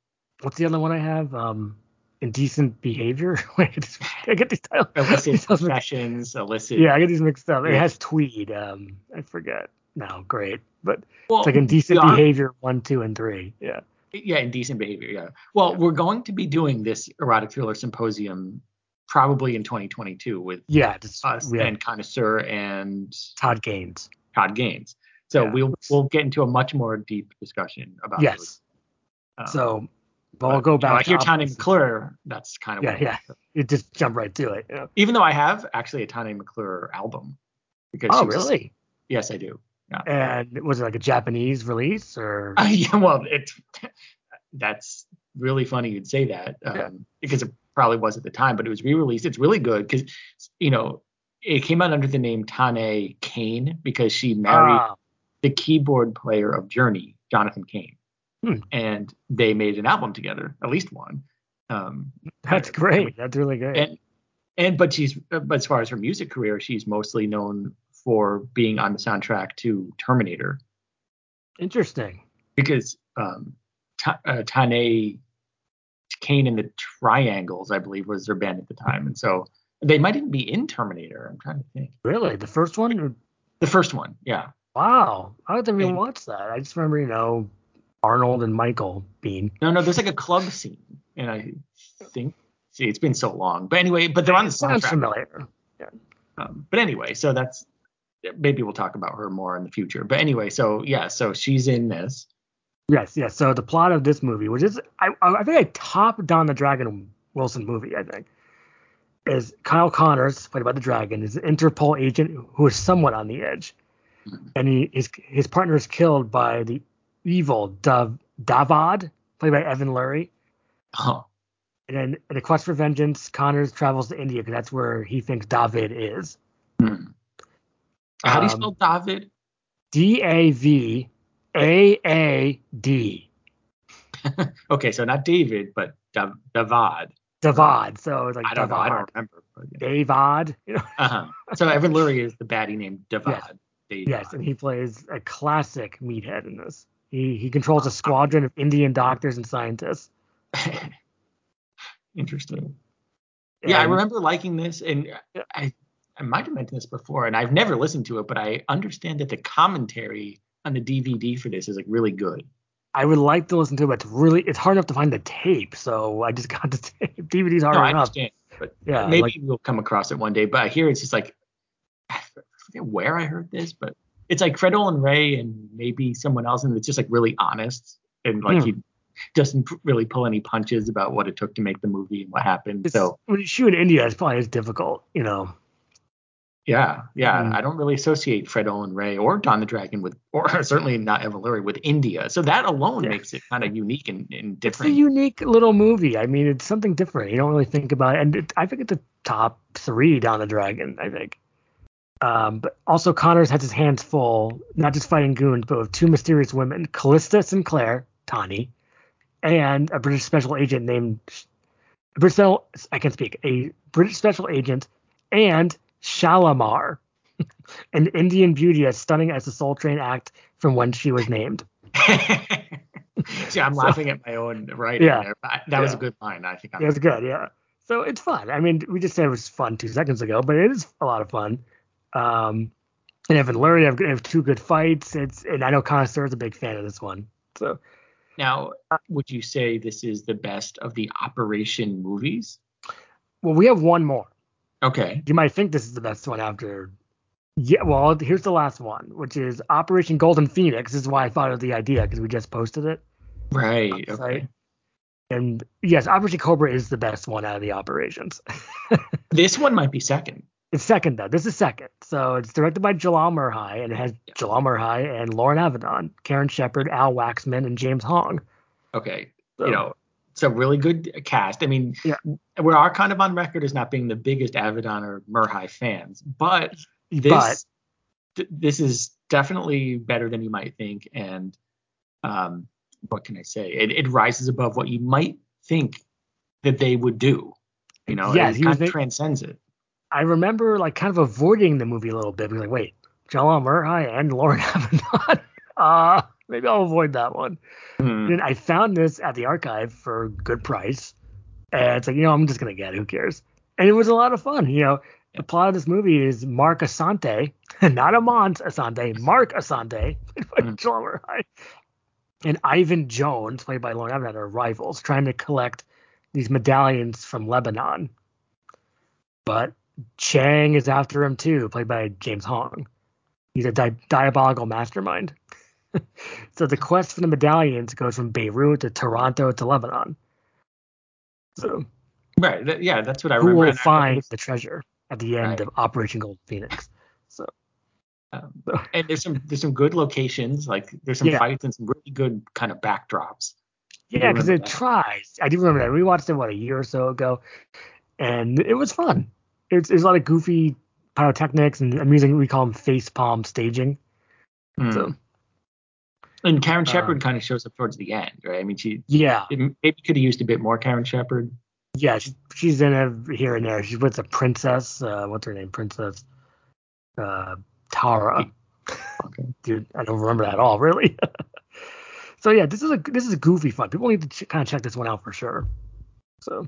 what's the other one I have? Um, Indecent Behavior. *laughs* Wait, I get these titles.
Illicit
these titles mixed-
confessions, illicit.
yeah, I get these mixed up. It
Yeah.
has Tweed. Um, I forget. No, great, but
well,
it's like Indecent
we are-
Behavior one, two, and three. Yeah.
Yeah, indecent behavior. Yeah. Well,
Yeah.
we're going to be doing this erotic thriller symposium probably in 2022 with
Yeah, just
us
we have
and connoisseur and
Todd Gaines.
Todd Gaines. So
Yeah.
we'll we'll get into a much more deep discussion about
Yes.
those. Um,
So, but
but,
we'll go
you know,
back.
I hear
to
Tawny
opposites.
McClure. That's kind of
Yeah, yeah. You just jump right to it. yeah.
Even though I have actually a Tawny McClure album. Because
Oh,
she was-
really?
Yes, I do. *laughs* Yeah.
And was it like a Japanese release or?
Uh, yeah, well, it's that's really funny you'd say that um,
Yeah.
because it probably was at the time, but it was re-released. It's really good because you know it came out under the name Tane Kane because she married
Ah,
the keyboard player of Journey, Jonathan Kane,
Hmm.
and they made an album together, at least one. Um,
that's great. That's really great.
and and but she's but as far as her music career, she's mostly known for being on the soundtrack to Terminator
Interesting.
because um, Ta- uh, Tane Kane and the Triangles, I believe, was their band at the time, and so they might even be in Terminator. I'm trying to think.
Really, the first one? Or-
The first one, yeah,
Wow, I didn't even
And-
watch that. I just remember, you know, Arnold and Michael being.
no, no, there's like a club scene, and I think see, it's been so long, but anyway, but they're on the
Sounds
soundtrack.
familiar.
Um, but anyway, so that's maybe we'll talk about her more in the future. But anyway, so yeah, so she's in this.
Yes, yes. So the plot of this movie, which is, I, I I think I topped Don the Dragon Wilson movie, I think, is Kyle Connors, played by the Dragon, is an Interpol agent who is somewhat on the edge,
Mhm.
and he his his partner is killed by the evil Dav, Davad, played by Evan Lurie.
Oh,
And then in a quest for vengeance, Connors travels to India because that's where he thinks David is.
hmm. how do you
Um,
spell David?
D A V A A D.
Okay, so not David, but Dav- Davad.
Davad. So it's like
I don't know. I
Davad.
don't remember. But yeah.
Davad. You know?
*laughs* Uh-huh. So Evan Lurie is the baddie named Davad. Davad.
Yes, and he plays a classic meathead in this. He he controls a squadron of Indian doctors and scientists.
*laughs* Interesting. Yeah, I
And
remember liking this, and
Yeah.
I I might have mentioned this before, and I've never listened to it, but I understand that the commentary on the DVD for this is like really good.
I would like to listen to it, but it's really it's hard enough to find the tape. So I just *laughs* got the tape. DVD's hard
No, I
enough.
understand. But
Yeah,
maybe
Uh, like
we'll come across it one day. But I hear it's just like I forget where I heard this, but it's like Fred Olin Ray and maybe someone else, and it's just like really honest and like
Hmm.
he doesn't really pull any punches about what it took to make the movie and what happened.
it's,
so
when you shoot in India, it's probably as difficult. You know,
Yeah, yeah.
Mm.
I don't really associate Fred Olin Ray or Don the Dragon with, or *laughs* certainly not Evan Lurie with India. So that alone
Yeah.
makes it kind of unique and, and
it's a
different.
unique little movie. I mean, it's something different. You don't really think about it. And it, I think it's the top three down the dragon, I think. Um, but also, Connors has his hands full, not just fighting goons, but with two mysterious women, Callista Sinclair, Tani, and a British special agent named. a British special, I can speak. A British special agent and Shalimar, *laughs* an Indian beauty as stunning as the Soul Train act from when she was named.
*laughs* See, I'm
So-
laughing at my own writing
Yeah.
there. But I- that was a
Yeah.
good line. I think. I'm,
Yeah, it's good. Yeah. So it's fun. I mean, we just said it was fun two seconds ago, but it is a lot of fun. Um, and Evan Lurie have, have two good fights. It's and I know Connoisseur is a big fan of this one. So
Now, would you say this is the best of the Operation movies?
well, we have one more.
Okay.
You might think this is the best one after Yeah, well, here's the last one, which is Operation Golden Phoenix. This is why I thought of the idea because we just posted it.
Right. Okay.
And yes, Operation Cobra is the best one out of the operations.
This one might be second.
it's second though. This is second. So it's directed by Jalal Murhai and it has Jalal Murhai and Lauren Avedon, Karen Shepard, Al Waxman, and James Hong.
Okay.
So,
You know, it's a really good cast. I mean,
Yeah.
we are kind of on record as not being the biggest Avedon or Murhai fans, but this
but
th- this is definitely better than you might think. And um, what can I say? It, it rises above what you might think that they would do. You know,
Yes,
it
he was
kind of
the-
transcends it.
I remember like kind of avoiding the movie a little bit. Being like, wait, Jalal Murhai and Lauren *laughs* Avedon. uh, maybe I'll avoid that one.
Hmm.
And I found this at the archive for a good price. And it's like, you know, I'm just going to get it. Who cares? And it was a lot of fun. You know, the plot of this movie is Mark Asante, *laughs* not Amant Asante, Mark Asante, played by
Mm.
Joel Murray, and Ivan Jones, played by Lauren Avedon, are rivals trying to collect these medallions from Lebanon. But Chang is after him too, played by James Hong. He's a di- diabolical mastermind. so the quest for the medallions goes from Beirut to Toronto to Lebanon. So
Right. Th- yeah, that's what I
who
remember.
will
And I-
find the treasure at the end
Right.
of Operation Gold Phoenix? So
Um, and there's some there's some good locations. Like there's some
Yeah.
fights and some really good kind of backdrops.
yeah, because
remember
it
that.
tries. I do remember that. We watched it what a year or so ago, and it was fun. It's there's a lot of goofy pyrotechnics and I'm using we call them face palm staging. So
and Karen Shepard
um,
kind of shows up towards the end, right? I mean, she
yeah,
it maybe could have used a bit more Karen Shepard.
yeah, she's, she's in a, here and there. She's with a princess. Uh, what's her name? Princess uh, Tara.
Okay.
Dude, I don't remember that at all, really. *laughs* so yeah, this is a this is goofy fun. People need to ch- kind of check this one out for sure. So,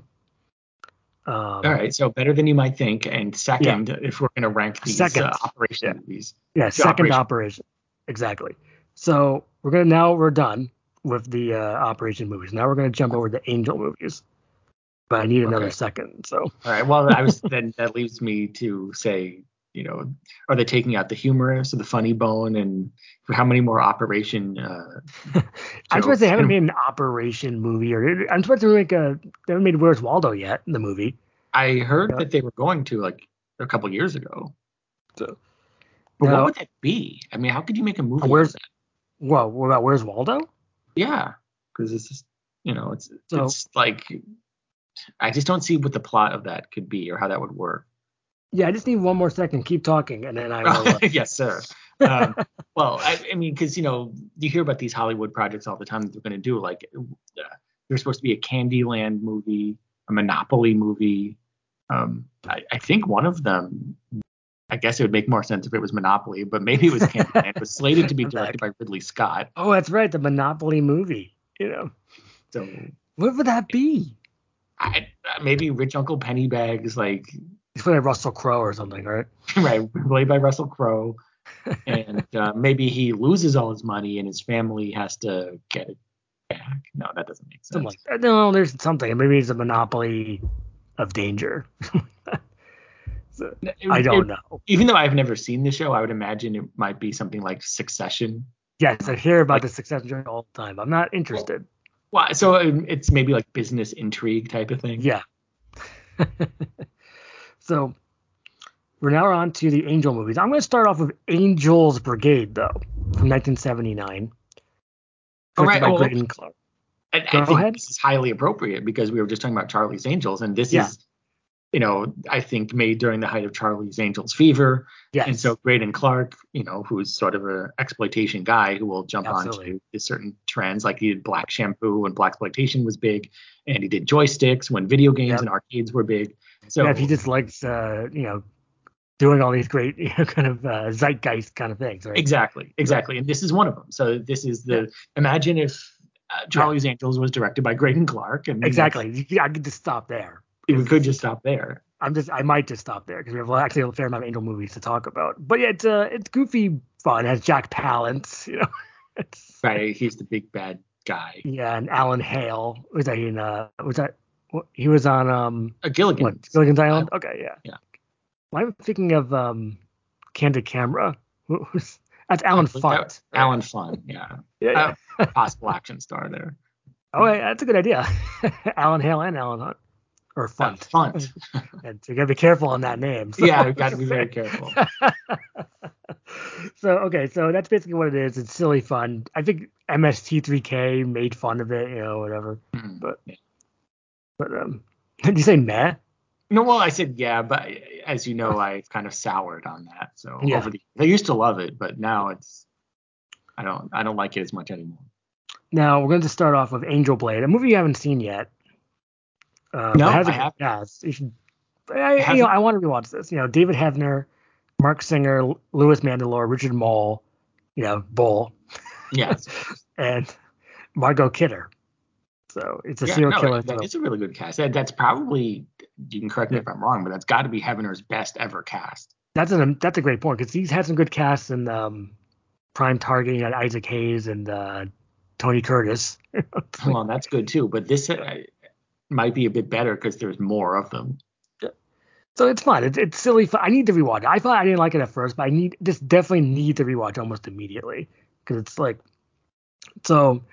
um,
All right, so better than you might think. And second, if we're going to rank these uh,
Second.
operation
Yeah.
movies,
yeah, second
operation.
operation. exactly. So we're gonna now we're done with the uh, operation movies. Now we're gonna jump over to angel movies, but I need another
Okay.
second. So
all right. Well, I was then that leaves me to say, you know, are they taking out the humorous or the funny bone, and how many more operation?
*laughs*
Uh,
I'm
jokes
surprised they haven't
can-
made an operation movie, or I'm surprised they make a they haven't made Where's Waldo yet in the movie.
I heard
Yeah.
that they were going to like a couple years ago.
So-
but
Now-
what would that be? I mean, how could you make a movie? out of
Where's
that?
Whoa, what about Where's Waldo?
Yeah, because it's just you know it's
So-
it's like I just don't see what the plot of that could be or how that would work.
Yeah, I just need one more second. Keep talking, and then I will.
*laughs*
Uh,
yes, sir.
*laughs*
Um, well, I, I mean, because you know you hear about these Hollywood projects all the time that they're going to do. Like uh, there's supposed to be a Candyland movie, a Monopoly movie. Um, I, I think one of them. I guess it would make more sense if it was Monopoly, but maybe it was Candyland. it was slated to be
*laughs* I'm
directed by Ridley Scott.
oh, that's right, the Monopoly movie. You know,
So
what would that be?
I, maybe Rich Uncle Pennybags, like
It's probably Russell Crowe or something, right?
right, played by Russell
*laughs*
Crowe, and uh, maybe he loses all his money and his family has to get it back. No, that doesn't make sense.
Something like that. No, there's something. Maybe it's a Monopoly of danger.
It-
I
it-
don't know.
Even though I've never seen the show, I would imagine it might be something like Succession.
Yes, I hear about the success journey all the time. I'm not interested.
Well, so um, it's maybe like business intrigue type of thing.
Yeah. *laughs* so we're now on to the Angel movies. I'm going to start off with Angels Brigade, though, from 1979.
All right,
directed by
well,
Graydon Clark.
And I
Go
think
ahead.
this is highly appropriate because we were just talking about Charlie's Angels, and this
Yeah.
is, you know, I think made during the height of Charlie's Angels fever.
Yes.
And so Graydon Clark, you know, who's sort of a exploitation guy who will jump
Absolutely.
onto the certain trends, like he did black shampoo when black exploitation was big, and he did joysticks when video games
Yep.
and arcades were big. So
yeah, if he just likes, uh, you know, doing all these great, *laughs* you know, kind of uh, zeitgeist kind of things, right?
exactly, exactly, and this is one of them. So this is the imagine if uh, Charlie's Angels was directed by Graydon Clark, and
Exactly. You- I could just stop there.
we could just stop there.
I'm just, I might just stop there because we have actually a fair amount of angel movies to talk about. But yeah, it's uh, it's goofy fun. It has Jack Palance, *laughs* you know. It's,
Right? He's the big bad guy.
Yeah, and Alan Hale was that in uh, was that what- he was on um
Uh, Gilligan.
what Gilligan's Island? Okay, yeah.
Yeah.
Well, I'm thinking of um, Candid Camera. Who- who's- That's Alan
That-
Funt. right?
Alan Fun,
*laughs*
yeah.
Yeah, yeah.
Possible action star there.
oh, yeah, that's a good idea. *laughs* Alan Hale and Alan Hunt. Or
Fun,
Funt.
Fun.
*laughs* And so you gotta be careful on that name. so-
yeah, we've got to be very careful.
*laughs* so okay, so that's basically what it is. It's silly fun. I think MST3K made fun of it, you know, whatever.
Hmm.
But um, *laughs* did you say meh?
No, well, I said yeah, but uh, as you know, I've kind of soured on that. So
Yeah.
over the, I used to love it, but now it's I don't I don't like it as much anymore.
Now we're going to start off with Angel Blade, a movie you haven't seen yet. Uh, but
No,
has a-
I haven't.
Yeah, it's- you should. I, you
haven't.
know, I want to rewatch this. You know, David Hevner, Mark Singer, L- Louis Mandelor, Richard Mole, you know, Bull, *laughs*
Yeah, it's-
and *laughs* Margot Kidder. So it's a
yeah,
serial
no,
killer.
that-
thriller.
it's a really good cast. That, that's probably you can correct me if I'm wrong, but that's got to be Heavener's best ever cast.
That's an that's a great point because he's had some good casts in um, Prime Target. You got Isaac Hayes and uh, Tony Curtis.
Well, that's good too, but this uh, might be a bit better because there's more of them.
So it's fun. It's, it's silly. Fun. I need to rewatch. it. I thought I didn't like it at first, but I need this definitely need to rewatch almost immediately because it's like so.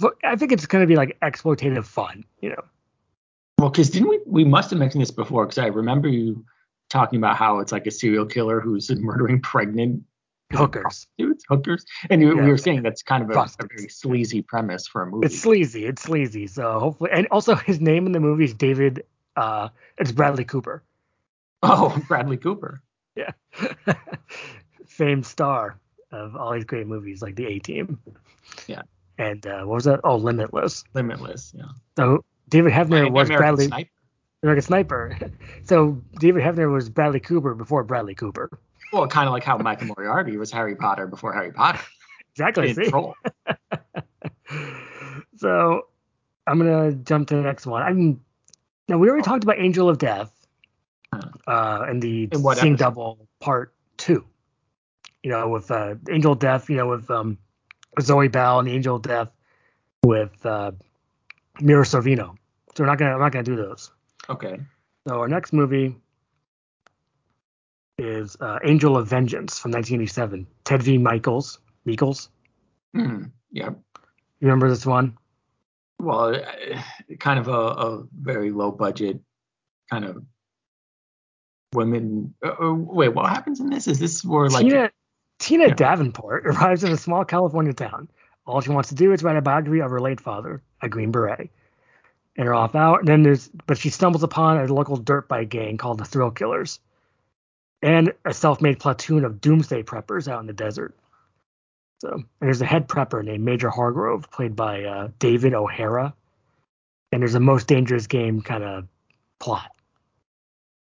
but I think it's gonna be like exploitative fun, you know.
Well, because didn't we we must have mentioned this before? Because I remember you talking about how it's like a serial killer who's *laughs* murdering pregnant
Hookers.
prostitutes, hookers, and you,
Yeah.
we were saying that's kind of a, a
Prostitutes.
very sleazy premise for a movie.
It's sleazy. It's sleazy. So hopefully, and also his name in the movie is David. Uh, it's Bradley Cooper,
*laughs*
*laughs*
oh, Bradley Cooper.
famed star of all these great movies like The A Team.
Yeah.
And uh, what was that? Oh, Limitless.
Limitless. Yeah.
So David Hefner
And
was
American
Bradley.
Sniper.
American Sniper. *laughs* So David Hefner was Bradley Cooper before Bradley Cooper.
Well, kind of like how Michael Moriarty was Harry Potter before Harry
*laughs*
Potter.
Exactly.
in
see?
Troll.
*laughs* So I'm gonna jump to the next one. I mean, now we already talked about Angel of Death, uh, and the
In what
Seeing
episode?
Double Part Two. You know, with uh, Angel of Death, you know, with um, Zoe Bell and the Angel of Death with uh, Mira Sorvino. So we're not gonna I'm not gonna do those.
Okay.
So our next movie is uh, Angel of Vengeance from 1987. Ted V. Michaels. Meekles.
Hmm. Yeah.
You remember this one?
Well, uh, kind of a, a very low budget kind of women. Uh, uh, wait, what happens in this? Is this where like
Tina Tina
Yeah.
Davenport *laughs* arrives in a small California town. All she wants to do is write a biography of her late father, a Green Beret. In her off hour, then there's but she stumbles upon a local dirt bike gang called the Thrill Killers, and a self-made platoon of doomsday preppers out in the desert. So and there's a head prepper named Major Hargrove, played by uh, David O'Hara, and there's a most dangerous game kind of plot.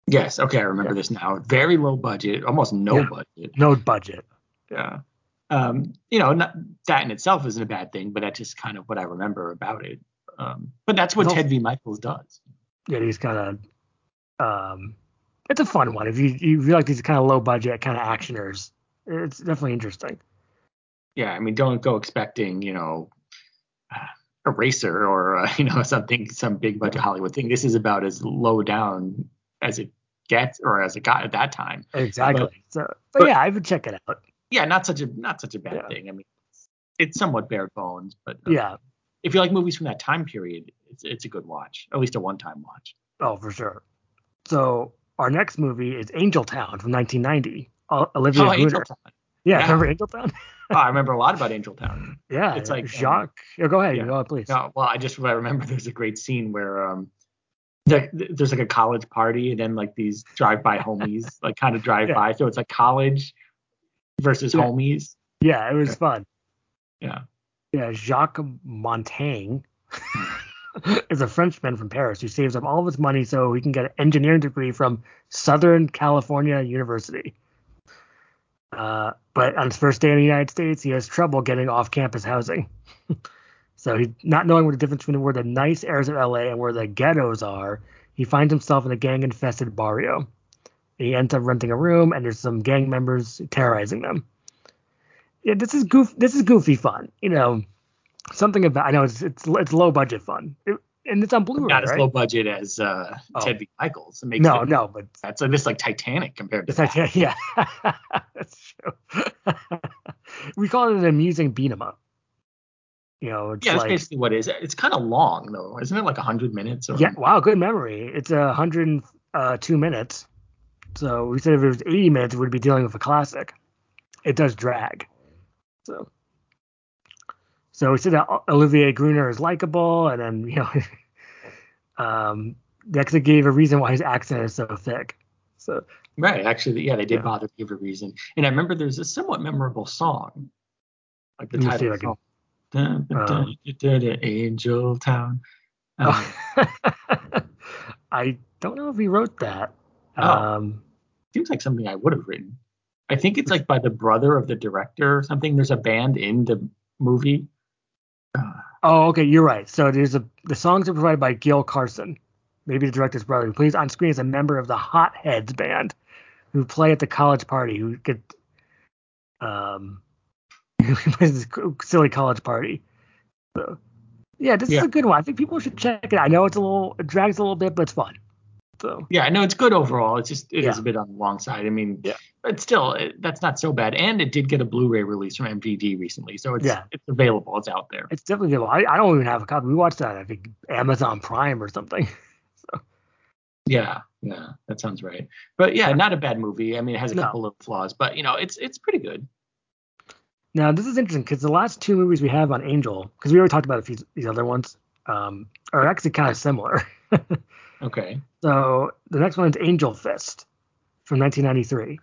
Yes. Okay, I remember this now. Very low budget, almost no
Yeah.
budget.
No budget.
Yeah. Um, you know, not, that in itself isn't a bad thing, but that's just kind of what I remember about it. Um, but that's what
It's
Ted V. Michaels does.
yeah, these kind of um, it's a fun one. If you you you like these kind of low budget kind of actioners, it's definitely interesting.
Yeah, I mean, don't go expecting, you know, uh, Eraser or uh, *laughs* you know something, some big budget Hollywood thing. This is about as low down as it gets, or as it got at that time.
Exactly. so, but,
but-
yeah, I would check it out.
Yeah, not such a not such a bad
Yeah.
thing. I mean, it's, it's somewhat bare bones, but uh,
Yeah.
if you like movies from that time period, it's it's a good watch, at least a one time watch.
Oh, for sure. So our next movie is Angel Town from 1990. O- Olivia
Oh,
Gruner.
Angel Town.
Yeah,
Yeah.
remember
*laughs*
Angel Town?
Oh, I remember a lot about Angel Town.
Yeah.
It's like, um,
Jacques. yeah, go ahead.
yeah.
Go ahead, please.
No, well, I just I remember there's a great scene where um, there, there's like a college party, and then like these drive-by
*laughs*
homies, like kind of drive-by. So it's like college versus
Yeah.
homies.
Yeah, it was
Yeah.
fun.
Yeah.
Yeah, Jacques Montaigne *laughs* is a Frenchman from Paris who saves up all of his money so he can get an engineering degree from Southern California University. Uh, but on his first day in the United States, he has trouble getting off campus housing. *laughs* so, he, not knowing what the difference between where the nice areas of LA and where the ghettos are, he finds himself in a gang infested barrio. He ends up renting a room, and there's some gang members terrorizing them. Yeah, this is goof. This is goofy fun, you know. Something about I know it's it's it's low budget fun. It, and it's on Blu-ray,
Not as
right?
low budget as uh,
Oh.
Ted V. Michaels. It makes
no,
it-
no, but
That's like this like Titanic compared to
it's
that.
not, *laughs* yeah, that's true. *laughs* we call it an amusing beat 'em up. You know, it's
Yeah, that's
like
basically what it is. It's kind of long though, isn't it? Like hundred minutes or
yeah, wow, good memory. It's a hundred and uh, two minutes. So we said if it was 80 minutes, we'd be dealing with a classic. It does drag. So, so we said that Olivier Gruner is likable, and then you know, *laughs* um, they actually gave a reason why his accent is so thick. So
right. Actually, yeah, they did
Yeah.
bother to give a reason. And I remember there's a somewhat memorable song, like the
Let me see
title.
if I can-
song. Dun, dun, dun,
Um,
dun, dun, Angel Town.
Oh.
Um,
*laughs* I don't know if he wrote that.
Oh.
Um,
seems like something I would have written. I think it's like by the brother of the director or something. There's a band in the movie. Uh,
oh, okay, you're right. So there's a the songs are provided by Gil Carson, maybe the director's brother, who plays on screen as a member of the Hotheads band, who play at the college party. Who get um, *laughs* who plays this silly college party. So yeah, this is
Yeah.
a good one. I think people should check it. out. I know it's a little it drags a little bit, but it's fun. So
Yeah, I know it's good overall. It's just it is
Yeah.
a bit on the long side. I mean,
Yeah.
but still, it, that's not so bad. And it did get a Blu-ray release from MVD recently, so it's
Yeah.
it's available. It's out there.
it's definitely good. I, I don't even have a copy. We watched that on, I think Amazon Prime or something.
Yeah, yeah, that sounds right. But yeah, not a bad movie. I mean, it has a
No.
couple of flaws, but you know, it's it's pretty good.
Now this is interesting because the last two movies we have on Angel, because we already talked about a few these other ones, um, are actually kind of similar. *laughs*
Okay.
so the next one is Angel Fist from 1993.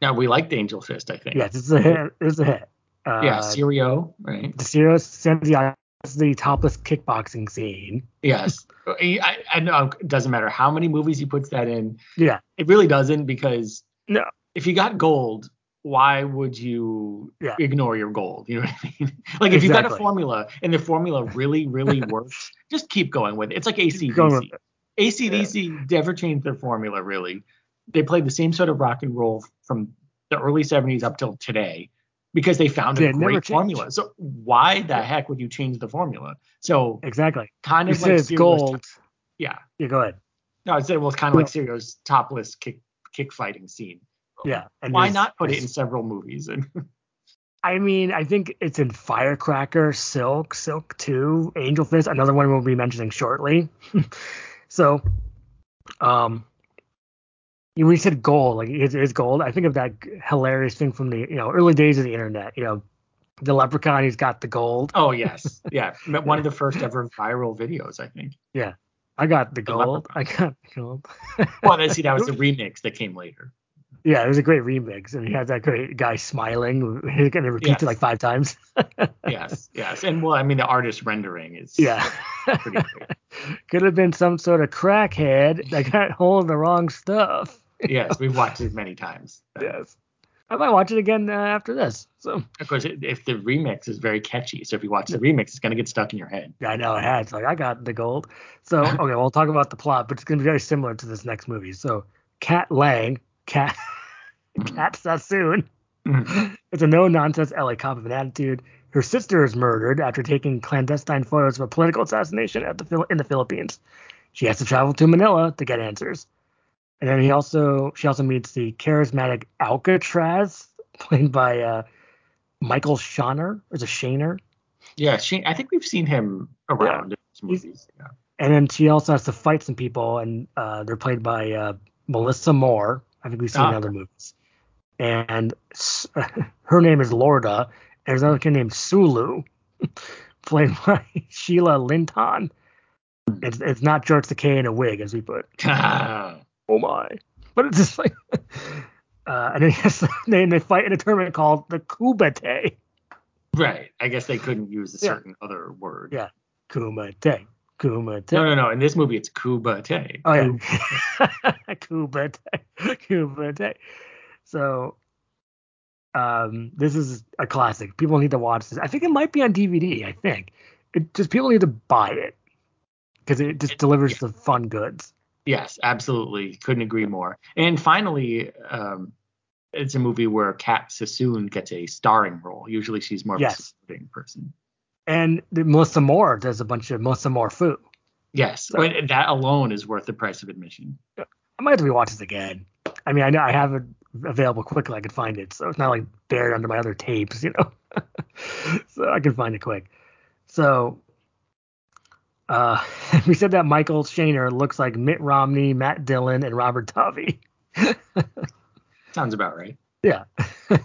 Now we liked Angel Fist, I think.
Yes, this is a hit. This is a hit. Uh,
Yeah, Sirio, right?
the serious Santiago the topless kickboxing scene.
Yes. I, I- I know it doesn't matter how many movies he puts that in.
Yeah,
It really doesn't because
No.
if you got gold, why would you
Yeah.
ignore your gold? You know what I mean? *laughs* like if you got a
Exactly.
formula and the formula really,
*laughs*
really works, just keep going with it. It's like
keep going with
ACDC. ACDC never changed their formula really. They played the same sort of rock and roll from the early 70s up till today because they found
Yeah,
a
it never
great
changed.
formula. So why the heck would you change the formula? So
exactly.
kind
You
of
said
like
it's
Sirius-
gold.
yeah.
Yeah, go ahead.
No, I'd say well, it's kind of like Serio's topless kick kick fighting scene.
Yeah. and
Why
there's-
not put it
there's-
in several movies? And *laughs*
I mean, I think it's in Firecracker, Silk, Silk 2, Angel Fist, another one we'll be mentioning shortly. *laughs* so, um, you- we said gold, like it is gold. I think of that hilarious thing from the you know early days of the internet. You know, the leprechaun, he's got the gold.
oh yes, *laughs* yeah, m- one of the first ever viral videos, I think.
I got
The
the gold. I got the gold.
Well, I see that *laughs* was the remix that came later.
Yeah, it was a great remix, and he had that great guy smiling. He's gonna repeat
Yes.
it like five times. *laughs*
Yes, yes, and well, I mean the artist rendering is
Yeah.
pretty great.
Could have been some sort of crackhead that got hold of the wrong stuff.
Yes, we've watched it many times.
Yes. I might watch it again uh, after this. So
Of course, it- if the remix is very catchy, so if you watch the remix, it's gonna get stuck in your head.
I know it has. Like I got the gold. So okay, we'll I'll talk about the plot, but it's gonna be very similar to this next movie. So Cat Lang, *laughs* Cat Cat Sassoon, *laughs*
Mhm.
is a no-nonsense LA cop of an attitude. Her sister is murdered after taking clandestine photos of a political assassination at the Phil- in the Philippines. She has to travel to Manila to get answers. And then he also she also meets the charismatic Alcatraz, *laughs* played by uh, Michael Shawner, or is it Shaner?
Yeah, she, I think we've seen him around in these movies. Yeah.
And then she also has to fight some people, and uh, they're played by uh, Melissa Moore. I think we've seen
Ah.
in other movies. And s- *laughs* her name is Lorda, and there's another kid named Sulu, *laughs* played by *laughs* Sheila Linton. It's, it's not George Takei in a wig, as we put. Oh my! But it's just like, *laughs* uh, and then *laughs* yes, they, they fight in a tournament called the Kubate.
*laughs* Right. I guess they couldn't use a
Yeah.
certain other word.
Yeah. Kumate, Kumate.
No, no, no. In this movie, it's Kubate.
Oh yeah, Cuba *laughs* Day, Cuba Day. So, um, this is a classic. People need to watch this. I think it might be on DVD. I think it just people need to buy it because it just delivers the fun goods.
Yes, absolutely. Couldn't agree more. And finally, um, it's a movie where Kat Sassoon gets a starring role. Usually, she's more of
Yes.
a supporting person.
And the Melissa Moore does a bunch of Melissa Moore foo.
Yes,
So-
but that alone is worth the price of admission.
I might have to rewatch this again. I mean, I know I have it available quickly. I could find it, so it's not like buried under my other tapes, you know. *laughs* so I can find it quick. So, uh, *laughs* we said that Michael Shaner looks like Mitt Romney, Matt Dillon, and Robert Tovey.
Sounds about right.
*laughs* Yeah. *laughs*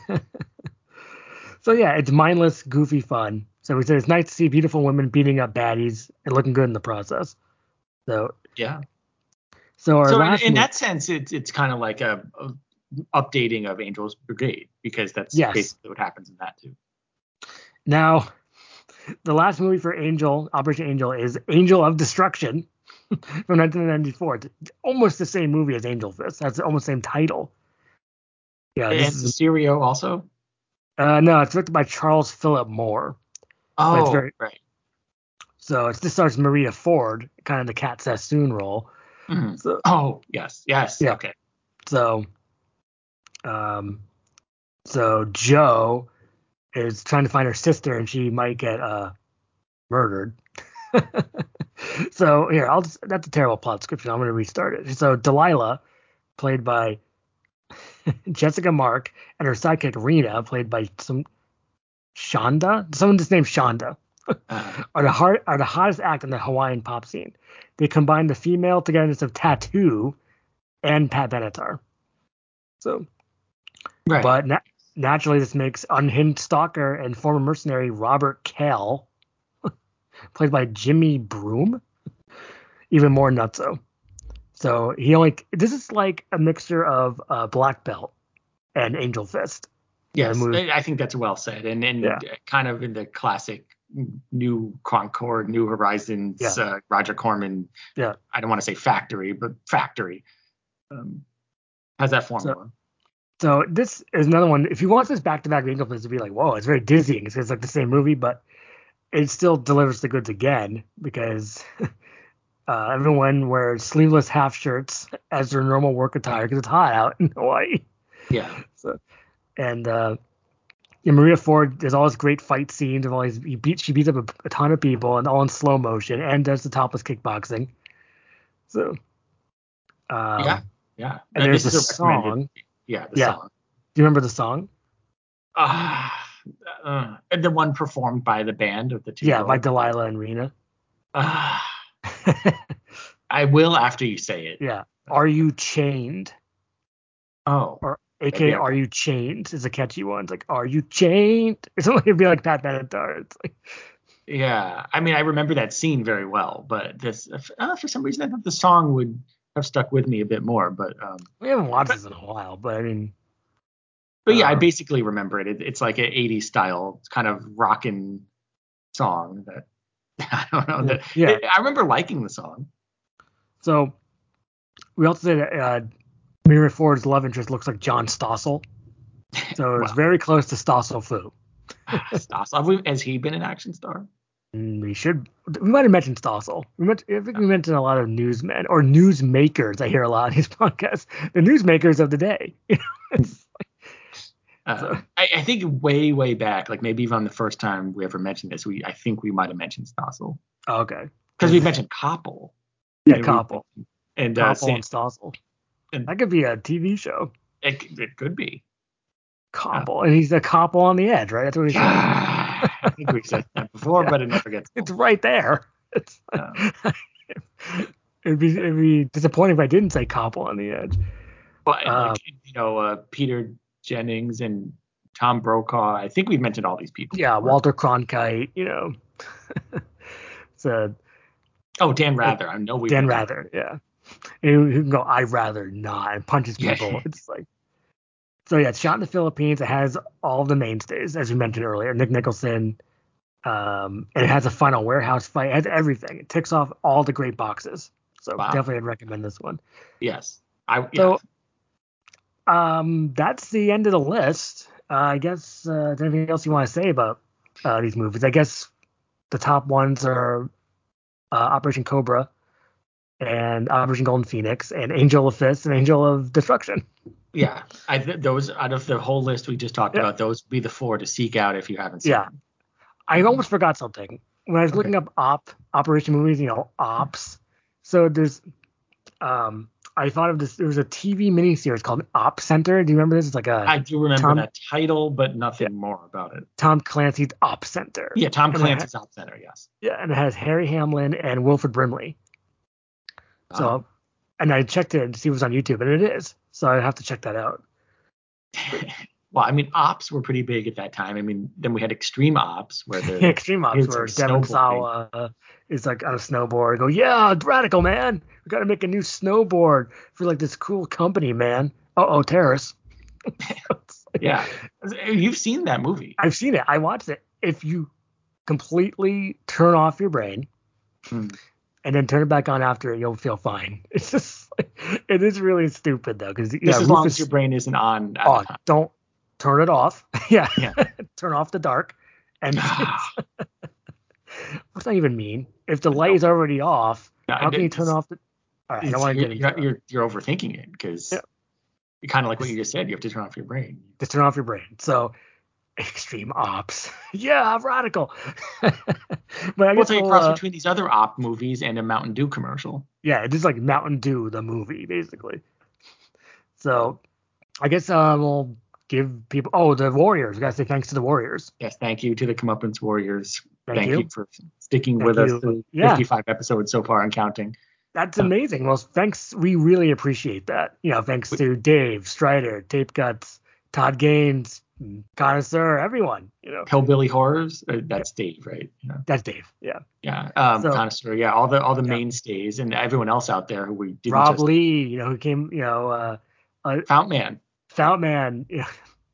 so yeah, it's mindless, goofy fun. So we said it's nice to see beautiful women beating up baddies and looking good in the process. So,
Yeah.
so our
so in,
last
in
mo-
that sense, it's it's kind of like a, a updating of Angel's Brigade because that's
Yes.
basically what happens in that too.
Now, the last movie for Angel, Operation Angel, is Angel of Destruction *laughs* from 1994. It's almost the same movie as Angel Fist. That's almost the same title. Yeah,
And
Uh, this is,
Mysterio also.
uh, no, it's directed by Charles Philip Moore. it's
Oh,
very-
right.
So it's, this stars Maria Ford, kind of the Cat Sassoon role.
Mhm.
So,
Oh, yes, yes.
Yeah.
Okay.
so, um, so Joe is trying to find her sister, and she might get uh murdered. *laughs* so here, I'll just, that's a terrible plot description. I'm gonna restart it. So Delilah, played by *laughs* Jessica Mark, and her sidekick Rena, played by some Shonda, someone just named Shonda,
Uh,
are the hard, are the hottest act in the Hawaiian pop scene. They combine the female togetherness of Tattoo and Pat Benatar. So,
right.
but na- naturally, this makes unhinged stalker and former mercenary Robert Kell, *laughs* played by Jimmy Broom, even more nutso. So he only this is like a mixture of uh, Black Belt and Angel Fist.
yes,
the movie-
I I think that's well said, and and
Yeah.
kind of in the classic New Concord, New Horizons,
Yeah.
uh, Roger Corman.
Yeah.
I don't want to say factory, but factory. Um, has that formula?
So this is another one. If you watch this back to back, Angel Fist would be like, whoa, it's very dizzying. It's, it's like the same movie, but it still delivers the goods again because *laughs* uh, everyone wears sleeveless half shirts as their normal work attire because it's hot out in *laughs* Hawaii.
yeah.
So, and uh, yeah, Maria Ford does all these great fight scenes of all these. He beat, she beats up a, a ton of people and all in slow motion, and does the topless kickboxing. So, um,
yeah. Yeah.
and
Uh,
there's
this
a
is recommended-
song.
Yeah. The
Yeah.
song.
Do you remember the song?
Ah, uh, the one performed by the band of the two.
Yeah, by
girls.
Delilah and Rena.
Ah, *sighs* I will after you say it.
yeah. Are you chained?
Oh,
Or
Maybe
AKA,
I-
are you chained? Is a catchy one. It's like, are you chained? *laughs* It's only it'd be like Pat Benatar. It's like,
yeah. I mean, I remember that scene very well, but this uh, for some reason I thought the song would have stuck with me a bit more. But um,
we haven't watched this in a while, but I mean,
but yeah, I
Um,
basically remember it. it. It's like an '80s style kind of rockin' song that *laughs* I don't know that.
yeah.
I remember liking the song.
So we also said that uh, Mira Ford's love interest looks like John Stossel. So it's
Wow.
very close to Stossel Fu.
Stops. Have we- Has he been an action star?
And we should we might have mentioned Stossel. We meant, I think we mentioned a lot of newsmen or newsmakers. I hear a lot on these *laughs* podcasts. The newsmakers of the day. *laughs*
Uh,
So-
I, I think way, way back, like maybe even on the first time we ever mentioned this, we I think we might have mentioned Stossel
okay.
because we mentioned Koppel.
Yeah,
And we-
Koppel.
and uh,
Koppel
Sam,
and Stossel.
and-
That could be a TV show.
it, c- it could be.
Koppel. And he's a Koppel on the edge, right? That's what he's
*laughs* I think Ah, we said that before,
Yeah.
but it never gets.
It's right there. It's
Uh,
*laughs* it'd be it'd be disappointing if I didn't say Koppel on the edge.
but
Um,
like, you know, uh, Peter Jennings and Tom Brokaw. I think we've mentioned all these people.
yeah,
before.
Walter Cronkite, you know. *laughs* so
Oh, Dan Rather. I know we.
uh, Dan Rather, yeah. And who can go, I'd rather not, and punches
Yeah.
people.
*laughs*
It's like so yeah, it's shot in the Philippines. It has all the mainstays, as we mentioned earlier, Nick Nicholson. Um, and it has a final warehouse fight. It has everything. It ticks off all the great boxes. So
Wow.
definitely I'd recommend this one.
Yes. I.
So-
yeah.
Um, that's the end of the list. Uh, I guess uh, is there anything else you want to say about uh, these movies? I guess the top ones are uh, Operation Cobra and Operation Golden Phoenix and Angel of Fist and Angel
*laughs*
of Destruction.
Yeah, I th- those out of the whole list we just talked
Yeah.
about, those would be the four to seek out if you haven't seen.
Yeah.
them.
I almost forgot something when I was
Okay.
looking up op operation movies. You know, ops. so there's um I thought of this. There was a TV miniseries called Op Center. Do you remember this? It's like a
I do remember
Tom-
that title, but nothing more about it.
Tom Clancy's Op Center.
Yeah, Tom
And it
Clancy's Op Center, yes.
Yeah, and it has Harry Hamlin and Wilfred Brimley. So,
Um, *laughs*
and I checked it to see if it was on YouTube, and it is. So I have to check that out.
well, I mean, ops were pretty big at that time. I mean, then we had extreme ops where
*laughs*
the
Extreme
Here's
Ops, where
some
Devin
snowboarding.
Sawa uh, is like on a snowboard. Go, yeah, radical man. We got to make a new snowboard for like this cool company, man. Uh
*laughs*
oh, terrorists. It's like-
yeah, you've seen that movie.
I've seen it. I watched it. If you completely turn off your brain
Hmm.
and then turn it back on after, you'll feel fine. *laughs* It's just, like, it is really stupid though, because yeah,
Just as long
Rufus-
as your brain isn't on. at the
oh,
time.
don't turn it off. *laughs* yeah,
Yeah.
turn off the dark.
*sighs*
And
*laughs*
what's that even mean? If the light is already off,
No,
how can you
it's-
turn off the? All right, I don't
it's-
want to
you're,
get into
you're,
that.
you're, you're overthinking it because
Yeah.
you're kind of like what you just said. You have to turn off your brain.
*laughs* Just turn off your brain. So, extreme ops. *laughs* yeah, radical. *laughs* but I
What's
guess
the
we'll,
cross
uh,
between these other op movies and a Mountain Dew commercial?
yeah, it's just like Mountain Dew, the movie, basically. So I guess uh, we'll give people. Oh, the Warriors. We gotta say thanks to the Warriors.
Yes, thank you to the Comeuppance Warriors.
Thank, you.
for sticking
Thank
with
you.
us through
Yeah.
55 episodes so far and counting.
That's
Uh,
amazing. Well, thanks. We really appreciate that. You know, thanks to Dave Strider, Tape Guts, Todd Gaines, Connoisseur, everyone. You know,
Hillbilly Horrors, uh, that's Dave, right? Yeah.
that's Dave. Yeah,
Yeah, um,
So-
connoisseur. Yeah, all the all the
Yeah.
mainstays and everyone else out there who we didn't
Rob
just
Lee. You know, who came. You know, uh,
Fount Man.
Fountain *laughs* You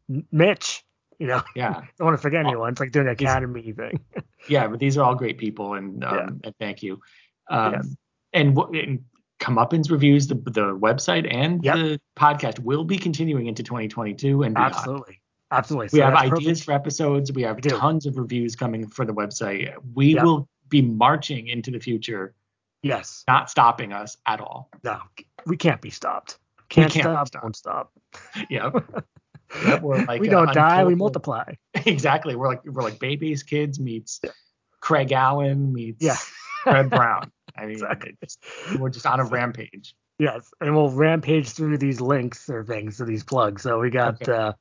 know, Mitch. You know,
Yeah,
don't want to forget
Oh.
anyone. It's like doing an
He's-
academy thing.
yeah, but these are all great people, and um,
Yeah.
and thank you. Um,
Yes.
And what and Comeuppance reviews the the website and
Yep.
the podcast will be continuing into 2022 and beyond.
Absolutely, absolutely.
We have
that's
ideas
perfect.
for episodes. We have
We do.
tons of reviews coming for the website. We
Yep.
will be marching into the future,
Yes.
not stopping us at
*laughs*
all.
No, we can't be stopped. Can't,
can't be
stop,
stopped.
Won't stop.
Yeah,
*laughs*
Yep, we're like
we
a
don't die. We
unkillable-
multiply.
*laughs* exactly. We're like we're like baby's kids meets Craig Allen meets
Yeah.
Fred Brown.
*laughs*
I mean,
Exactly.
it's, we're just on a rampage.
Yes, and we'll rampage through these links or things to these plugs. So we got
Okay.
uh,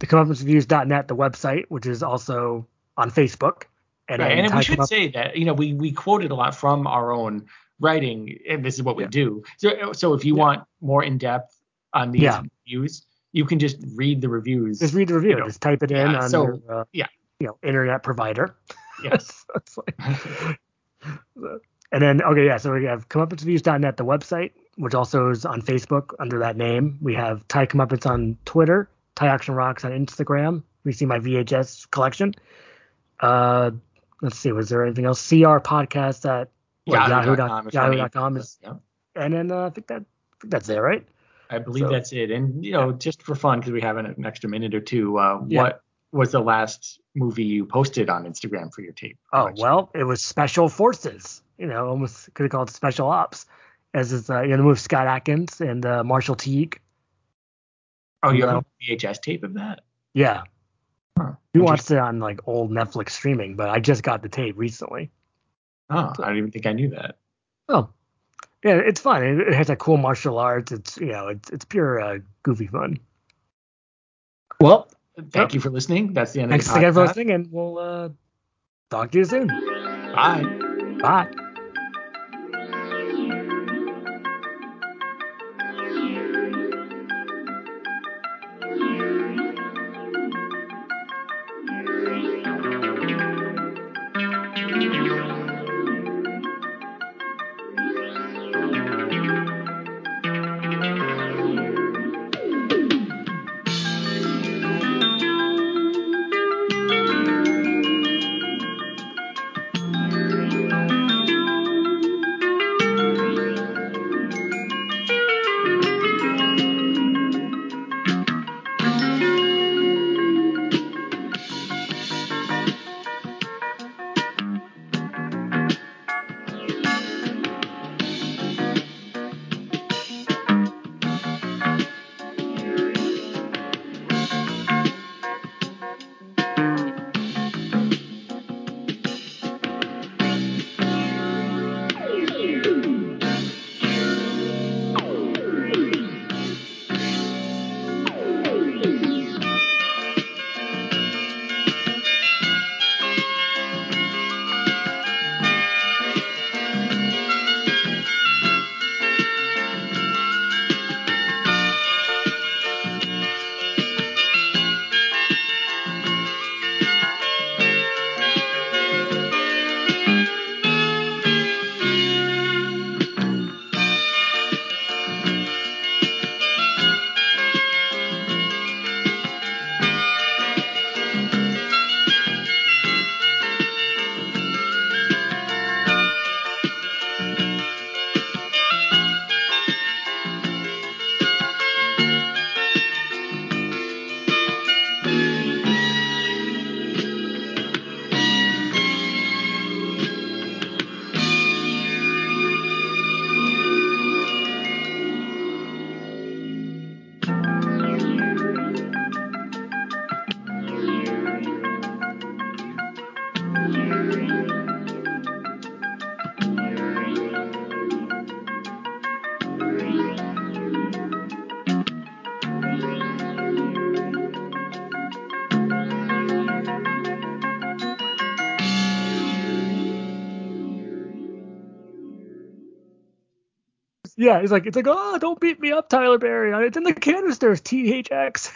the comeupancereviews.net, the website, which is also on Facebook. And,
Right,
then
And
Ty
we should
Comeup-
say that you know we we quoted a lot from our own writing, and this is what we
Yeah.
do. So so if you
Yeah.
want more in depth on these
Yeah.
reviews, you can just read the reviews.
just read the review.
you know,
just type it in
yeah,
on
so,
your uh,
yeah.
you know internet provider.
yes.
*laughs* So it's like- and then okay, yeah. So we have comeupancereviews.net, the website, which also is on Facebook under that name. We have Ty Comeuppance on Twitter, Ty Action Rocks on Instagram. We see my VHS collection. Uh, let's see, was there anything else? CR podcast at well,
Yahoo dot com
Yahoo.
is
Yahoo.
funny.
dot com is,
Yeah.
and then uh, I think that I think that's it, right?
I believe
So-
that's it. And you know, just for fun, because we have an, an extra minute or two, uh,
Yeah.
what was the last movie you posted on Instagram for your tape?
Oh
collection?
well, it was Special Forces. You know, almost could have called it Special Ops, as is uh, you know the move Scott Atkins and uh, Marshall Teague.
oh, you
well-
have a VHS tape of that?
Yeah,
Huh.
we watched it on like old Netflix streaming, but I just got the tape recently.
Oh, I don't even think I knew that.
Oh, yeah, it's fun. It, it has like cool martial arts. It's you know, it's it's pure uh, goofy fun.
Well, thank you for listening. That's the end
Thanks
of the podcast.
again for listening, and we'll uh, talk to you soon.
Bye.
Bye. yeah, he's like, it's like, oh, don't beat me up, Tyler Berry. It's in the canisters, THX.